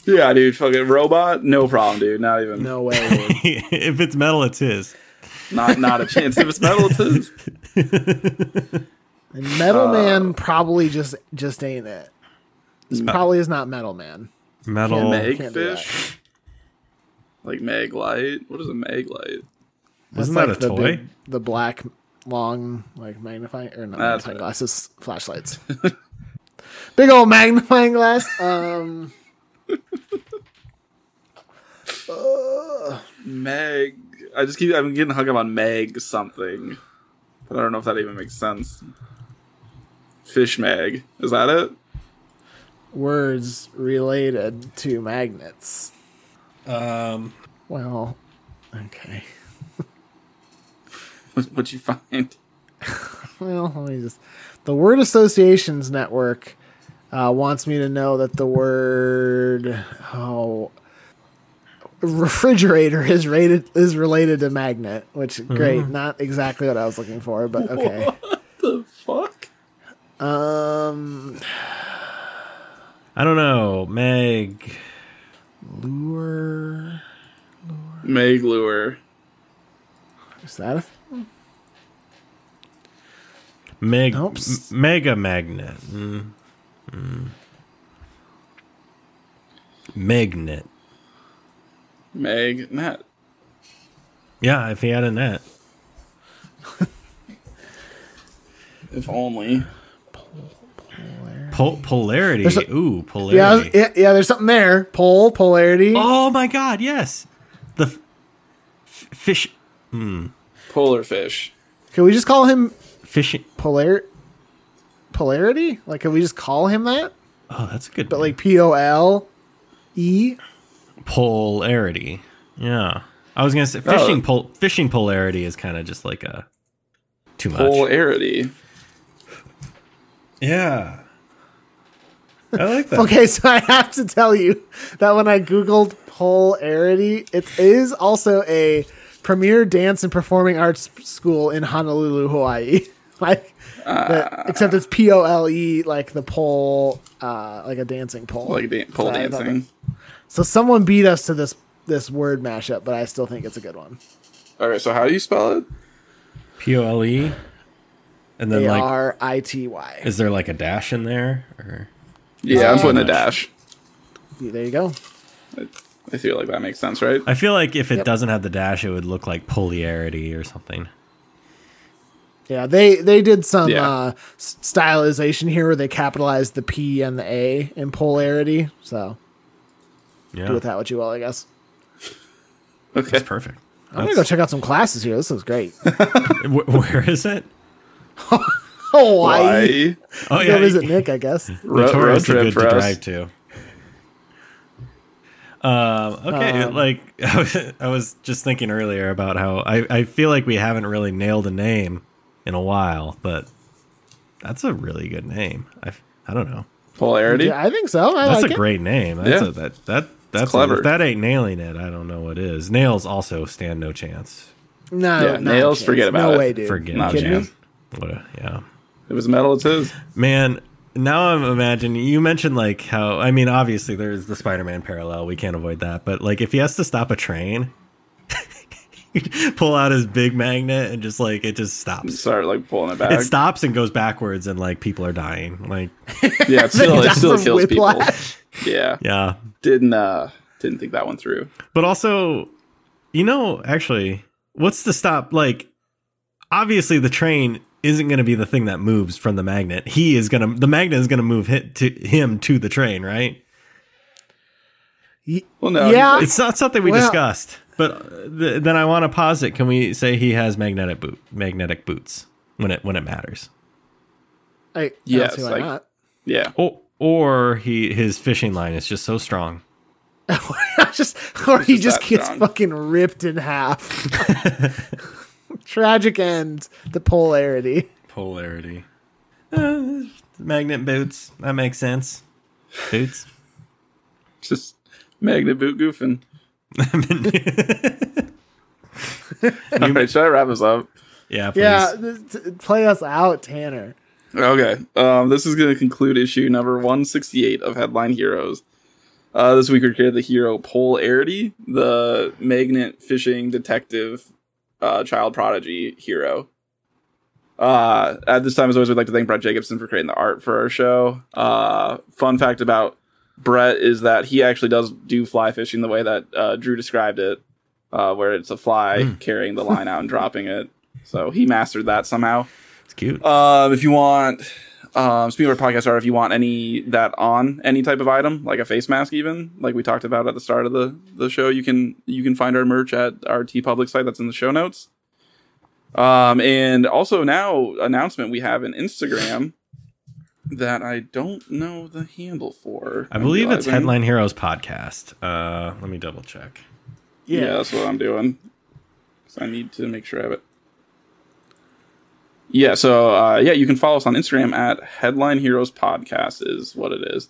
S3: Yeah, dude. Fucking robot. No problem, dude. Not even.
S4: No way.
S2: [LAUGHS] if it's metal, it's his.
S4: [LAUGHS]
S3: Not not a chance. If it's metal, it's his.
S4: And Metal
S2: Uh,
S4: Man probably just just ain't it. This probably is not Metal Man.
S2: Metal.
S4: Can't
S3: Meg
S4: do
S3: fish? Like Meg Light? What is a Meg Light?
S4: That's
S2: Isn't that a
S4: the
S2: toy?
S4: big- the black long like magnifying or not
S3: That's
S4: magnifying
S3: it.
S4: glasses, flashlights. [LAUGHS] big old magnifying glass. Um,
S3: Meg. I just keep. I'm getting hung up on Meg something, but I don't know if that even makes sense. Fish Meg. Is that it?
S4: words related to magnets.
S2: Um,
S4: Well, okay.
S3: What- What'd you find?
S4: Well, let me just. The Word Associations Network uh, wants me to know that the word oh refrigerator is rated is related to magnet, which
S2: Mm-hmm.
S4: great, not exactly what I was looking
S2: [LAUGHS]
S4: for, but okay.
S3: What the fuck?
S4: Um,
S2: I don't know. Meg.
S4: lure
S3: Meg Lure.
S4: is that a
S2: Meg.
S4: Nope.
S2: M- mega magnet. Mm. Mm. Magnet.
S3: Meg. Matt.
S2: Yeah, if he had a net.
S3: If only.
S2: Pol- polarity.
S4: There's a-
S2: Ooh, polarity.
S4: yeah, I was- yeah yeah? There's something there. Pole polarity.
S2: Oh my God! Yes, the f- f- fish
S3: Polar fish.
S4: Can we just call him
S2: fishing.
S4: polar polarity? Like, can we just call him that?
S2: Oh, that's a good.
S4: But like P O L E.
S2: polarity. Yeah, I was gonna say fishing.
S3: Oh.
S2: Pol- fishing polarity is kind of just like a too much.
S3: Polarity.
S2: yeah, I like [LAUGHS] that.
S4: [LAUGHS] Okay, so I have to tell you that when I googled polarity, it is also a premier dance and performing arts school in Honolulu, Hawaii. [LAUGHS] like,
S3: Ah.
S4: that, except it's P O L E, like the pole, uh, like a dancing pole.
S3: Like dan- pole
S4: So I thought
S3: dancing.
S4: so someone beat us to this this word mashup, but I still think it's a good one.
S3: All right. So how do you spell it?
S2: P O L E, and then
S4: A
S2: like,
S4: R I T Y.
S2: is there like a dash in there? Or
S3: Yeah, I'm putting a
S2: Spanish.
S3: dash.
S4: There you go.
S3: I, I feel like that makes sense, right?
S2: I feel like if it
S4: Yep.
S2: doesn't have the dash, it would look like polarity or something.
S4: Yeah, they they did some
S3: Yeah.
S4: uh, s- stylization here where they capitalized the P and the A in polarity. So do
S2: Yeah,
S4: with that what you will, I guess.
S3: Okay.
S2: that's perfect.
S4: I'm gonna go check out some classes here. This is great.
S2: Wh- [LAUGHS] where is it?
S4: [LAUGHS] Hawaii.
S3: Why?
S2: Oh
S4: Go
S2: yeah,
S4: visit Nick, I guess.
S2: The
S3: Road, road
S2: Taurus are
S3: trip
S2: good
S3: for
S2: to
S3: us.
S2: drive to. Um, okay,
S4: Um,
S2: like [LAUGHS] I was just thinking earlier about how I, I feel like we haven't really nailed a name in a while, but that's a really good name. I, I don't know.
S3: Polarity.
S4: Yeah, I think so. I
S2: That's
S4: like
S2: a
S4: it.
S2: great name. That's
S3: Yeah.
S2: a, that that that's
S3: clever.
S2: if that ain't nailing it. I don't know what is. Nails also stand no chance.
S4: No,
S3: Yeah,
S4: not a
S3: nails,
S4: chance.
S3: forget about
S4: no
S3: it.
S4: way, dude.
S2: Forget
S4: You
S3: not a
S4: kidding [LAUGHS]
S3: chance.
S4: me?
S2: What a, yeah.
S3: If it's metal, it's his.
S2: Man, now I'm imagining you mentioned like how I mean obviously there's the Spider-Man parallel, we can't avoid that, but like if he has to stop a train, [LAUGHS] he'd pull out his big magnet and just like it just stops.
S3: Start like pulling it back.
S2: It stops and goes backwards and like people are dying. Like
S3: Yeah,
S4: [LAUGHS]
S3: it still, Oh, it
S4: That's
S3: still
S4: a
S3: kills
S4: whiplash.
S3: people. Yeah.
S2: yeah.
S3: Didn't uh didn't think that one through.
S2: But also, you know, actually, what's to stop like obviously the train isn't going to be the thing that moves from the magnet. He is going to the magnet is going to move hit to him to the train, right?
S4: Y-
S3: Well, no.
S4: Yeah.
S3: he's
S2: It's not something we
S4: Well-
S2: discussed, but uh, th- then I want to pause it. Can we say he has magnetic boot, magnetic boots when it when it matters,
S4: I, I don't
S3: Yes,
S4: see why
S3: like-
S4: not. [LAUGHS]
S3: yeah.
S2: or Oh, or he his fishing line is just so strong.
S4: just or he
S3: It's
S4: just
S3: that
S4: gets
S3: strong.
S4: fucking ripped in half. [LAUGHS] Tragic end. The polarity.
S2: Polarity, Uh, magnet boots. That makes sense. Boots.
S3: Just magnet boot
S2: [LAUGHS]
S3: goofing. [LAUGHS] All right, should I wrap this up?
S2: yeah, please.
S4: Yeah, th- t- play us out, Tanner.
S3: Okay. Um, this is going to conclude issue number 168 of Headline Heroes. Uh, this week we created the hero Polarity, the magnet fishing detective uh, child prodigy hero. Uh, at this time, as always, we'd like to thank Brett Jacobson for creating the art for our show. Uh, fun fact about Brett is that he actually does do fly fishing the way that uh, Drew described it, uh, where it's a fly carrying the line out and dropping it. So he mastered that somehow.
S2: It's cute.
S3: Um, if you want, um, speaking of our podcast art, if you want any that on any type of item, like a face mask, even like we talked about at the start of the the show, you can you can find our merch at our T Public site. That's in the show notes. Um, and also now announcement we have an Instagram that I don't know the handle for.
S2: I
S4: Uh,
S2: believe it's
S3: realizing.
S2: Headline Heroes podcast. Uh, let me double check.
S3: Yeah. that's what I'm doing. 'Cause I need to make sure I have it. Yeah, so uh, yeah, you can follow us on Instagram at Headline Heroes Podcast is what it is.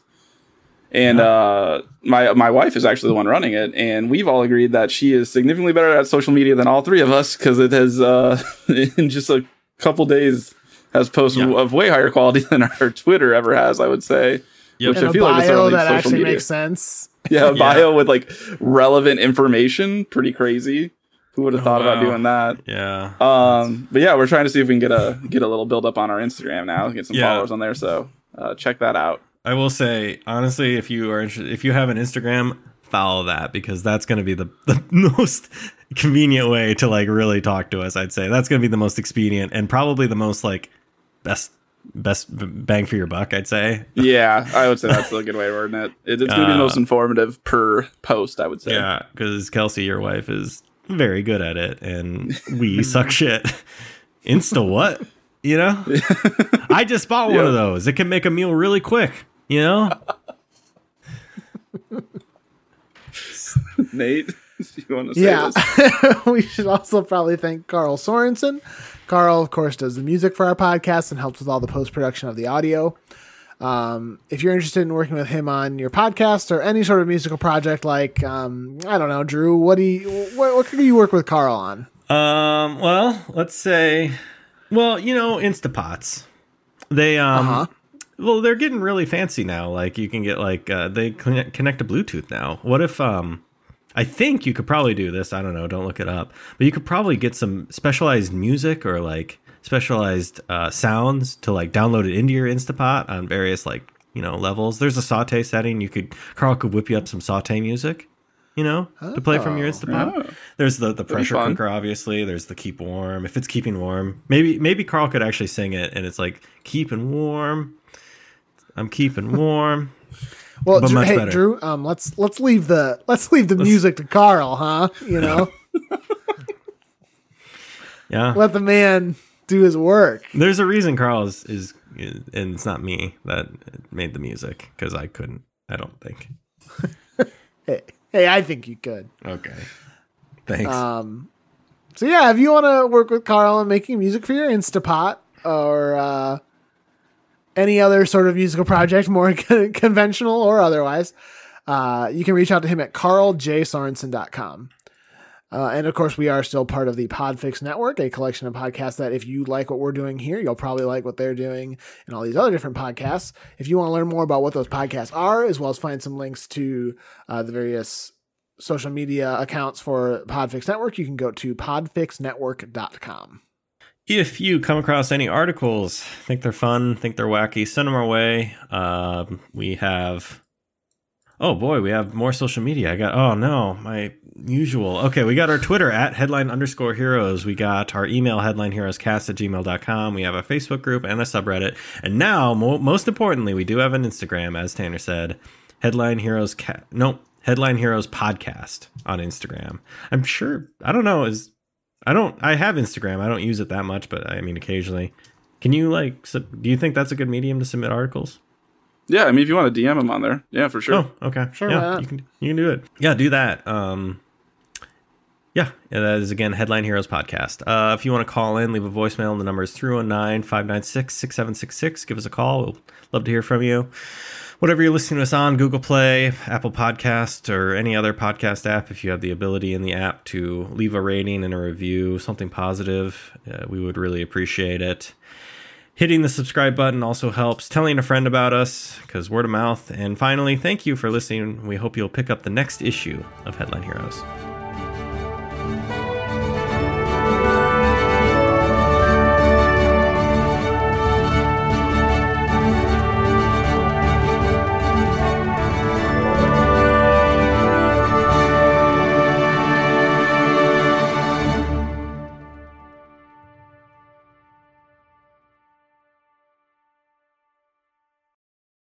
S3: And uh, my my wife is actually the one running it, and we've all agreed that she is significantly better at social media than all three of us because it has uh, [LAUGHS] in just a couple days has posts
S2: Yeah.
S3: of way higher quality [LAUGHS] than our Twitter ever has. I would say.
S2: Yep.
S3: Which
S4: And
S3: I
S4: a
S3: feel like that's our
S4: bio
S3: least
S4: that
S3: social
S4: actually
S3: media.
S4: makes sense.
S3: [LAUGHS] Yeah, a
S2: Yeah.
S3: bio with like relevant information. Pretty crazy. Who would have
S2: Oh,
S3: thought about
S2: wow.
S3: doing that?
S2: Yeah.
S3: Um, but yeah, we're trying to see if we can get a get a little build up on our Instagram now, get some
S2: Yeah.
S3: followers on there. So uh, check that out.
S2: I will say honestly, if you are interested, if you have an Instagram, follow that because that's going to be the, [LAUGHS] the most convenient way to like really talk to us. I'd say that's going to be the most expedient and probably the most like best best b- bang for your buck. I'd say.
S3: Yeah, I would say that's a good way of wording it. it it's gonna be
S2: Uh,
S3: the most informative per post, I would say.
S2: Yeah, because Kelsey, your wife, is very good at it, and we suck shit. Insta what? You know, I just bought one of
S3: Yeah.
S2: those. It can make a meal really quick. You know,
S3: Nate, [LAUGHS] do you want to say
S4: Yeah.
S3: this?
S4: [LAUGHS] we should also probably thank Carl Sorensen. Carl, of course, does the music for our podcast and helps with all the post production of the audio. Um, if you're interested in working with him on your podcast or any sort of musical project, like um, I don't know, Drew, what do you what, what could you work with Carl on?
S2: Um. Well, let's say, well, you know, Instapots. They um.
S4: Uh-huh.
S2: Well, they're getting really fancy now. Like you can get like uh, they connect, connect to Bluetooth now. What if um. I think you could probably do this. I don't know. Don't look it up. But you could probably get some specialized music or like specialized uh, sounds to like download it into your Instapot on various like you know levels. There's a saute setting. You could Carl could whip you up some saute music, you know, to play from your
S4: Oh.
S2: Instapot. There's the the pressure
S3: fun.
S2: cooker, obviously. There's the keep warm. If it's keeping warm, maybe maybe Carl could actually sing it, and it's like keeping warm. I'm keeping warm.
S4: Well,
S2: But
S4: Drew,
S2: much
S4: hey
S2: better.
S4: Drew, um, let's let's leave the let's leave the music to Carl, huh? You
S2: [LAUGHS]
S4: know,
S2: Yeah.
S4: let the man do his work.
S2: There's a reason Carl is, is and it's not me that made the music because I couldn't. I don't think.
S4: Hey, hey, I think you could.
S2: Okay. Thanks.
S4: Um, so yeah, if you want to work with Carl on making music for your Instapot or uh, any other sort of musical project, more [LAUGHS] con- conventional or otherwise, uh, you can reach out to him at carljsorensen.com. Uh, and of course, we are still part of the Podfix Network, a collection of podcasts that if you like what we're doing here, you'll probably like what they're doing and all these other different podcasts. If you want to learn more about what those podcasts are, as well as find some links to uh, the various social media accounts for Podfix Network, you can go to podfixnetwork.com.
S2: if you come across any articles, think they're fun, think they're wacky, send them our way. Um, we have, oh boy, we have more social media. I got, oh no, my usual. Okay, we got our Twitter at headline underscore heroes. We got our email headlineheroescast at gmail.com. We have a Facebook group and a subreddit. And now, mo- most importantly, we do have an Instagram, as Tanner said, headline heroes, ca- no, headline heroes podcast on Instagram. I'm sure, I don't know, is I don't. I have Instagram. I don't use it that much, but I mean, occasionally. Can you like? Sub- do you think that's a good medium to submit articles?
S3: Yeah, I mean if you want to DM him on there, yeah, for sure.
S2: Oh, okay, sure.
S4: why
S2: Yeah,
S4: not?
S2: you can you can do it. Yeah, do that. Um, yeah, and that is again Headline Heroes podcast. Uh, if you want to call in, leave a voicemail. The number is oh 319-596-6766. Give us a call. We'll love to hear from you. Whatever you're listening to us on, Google Play, Apple Podcast, or any other podcast app, if you have the ability in the app to leave a rating and a review, something positive, uh, we would really appreciate it. Hitting the subscribe button also helps. Telling a friend about us, because word of mouth. And finally, thank you for listening. We hope you'll pick up the next issue of Headline Heroes.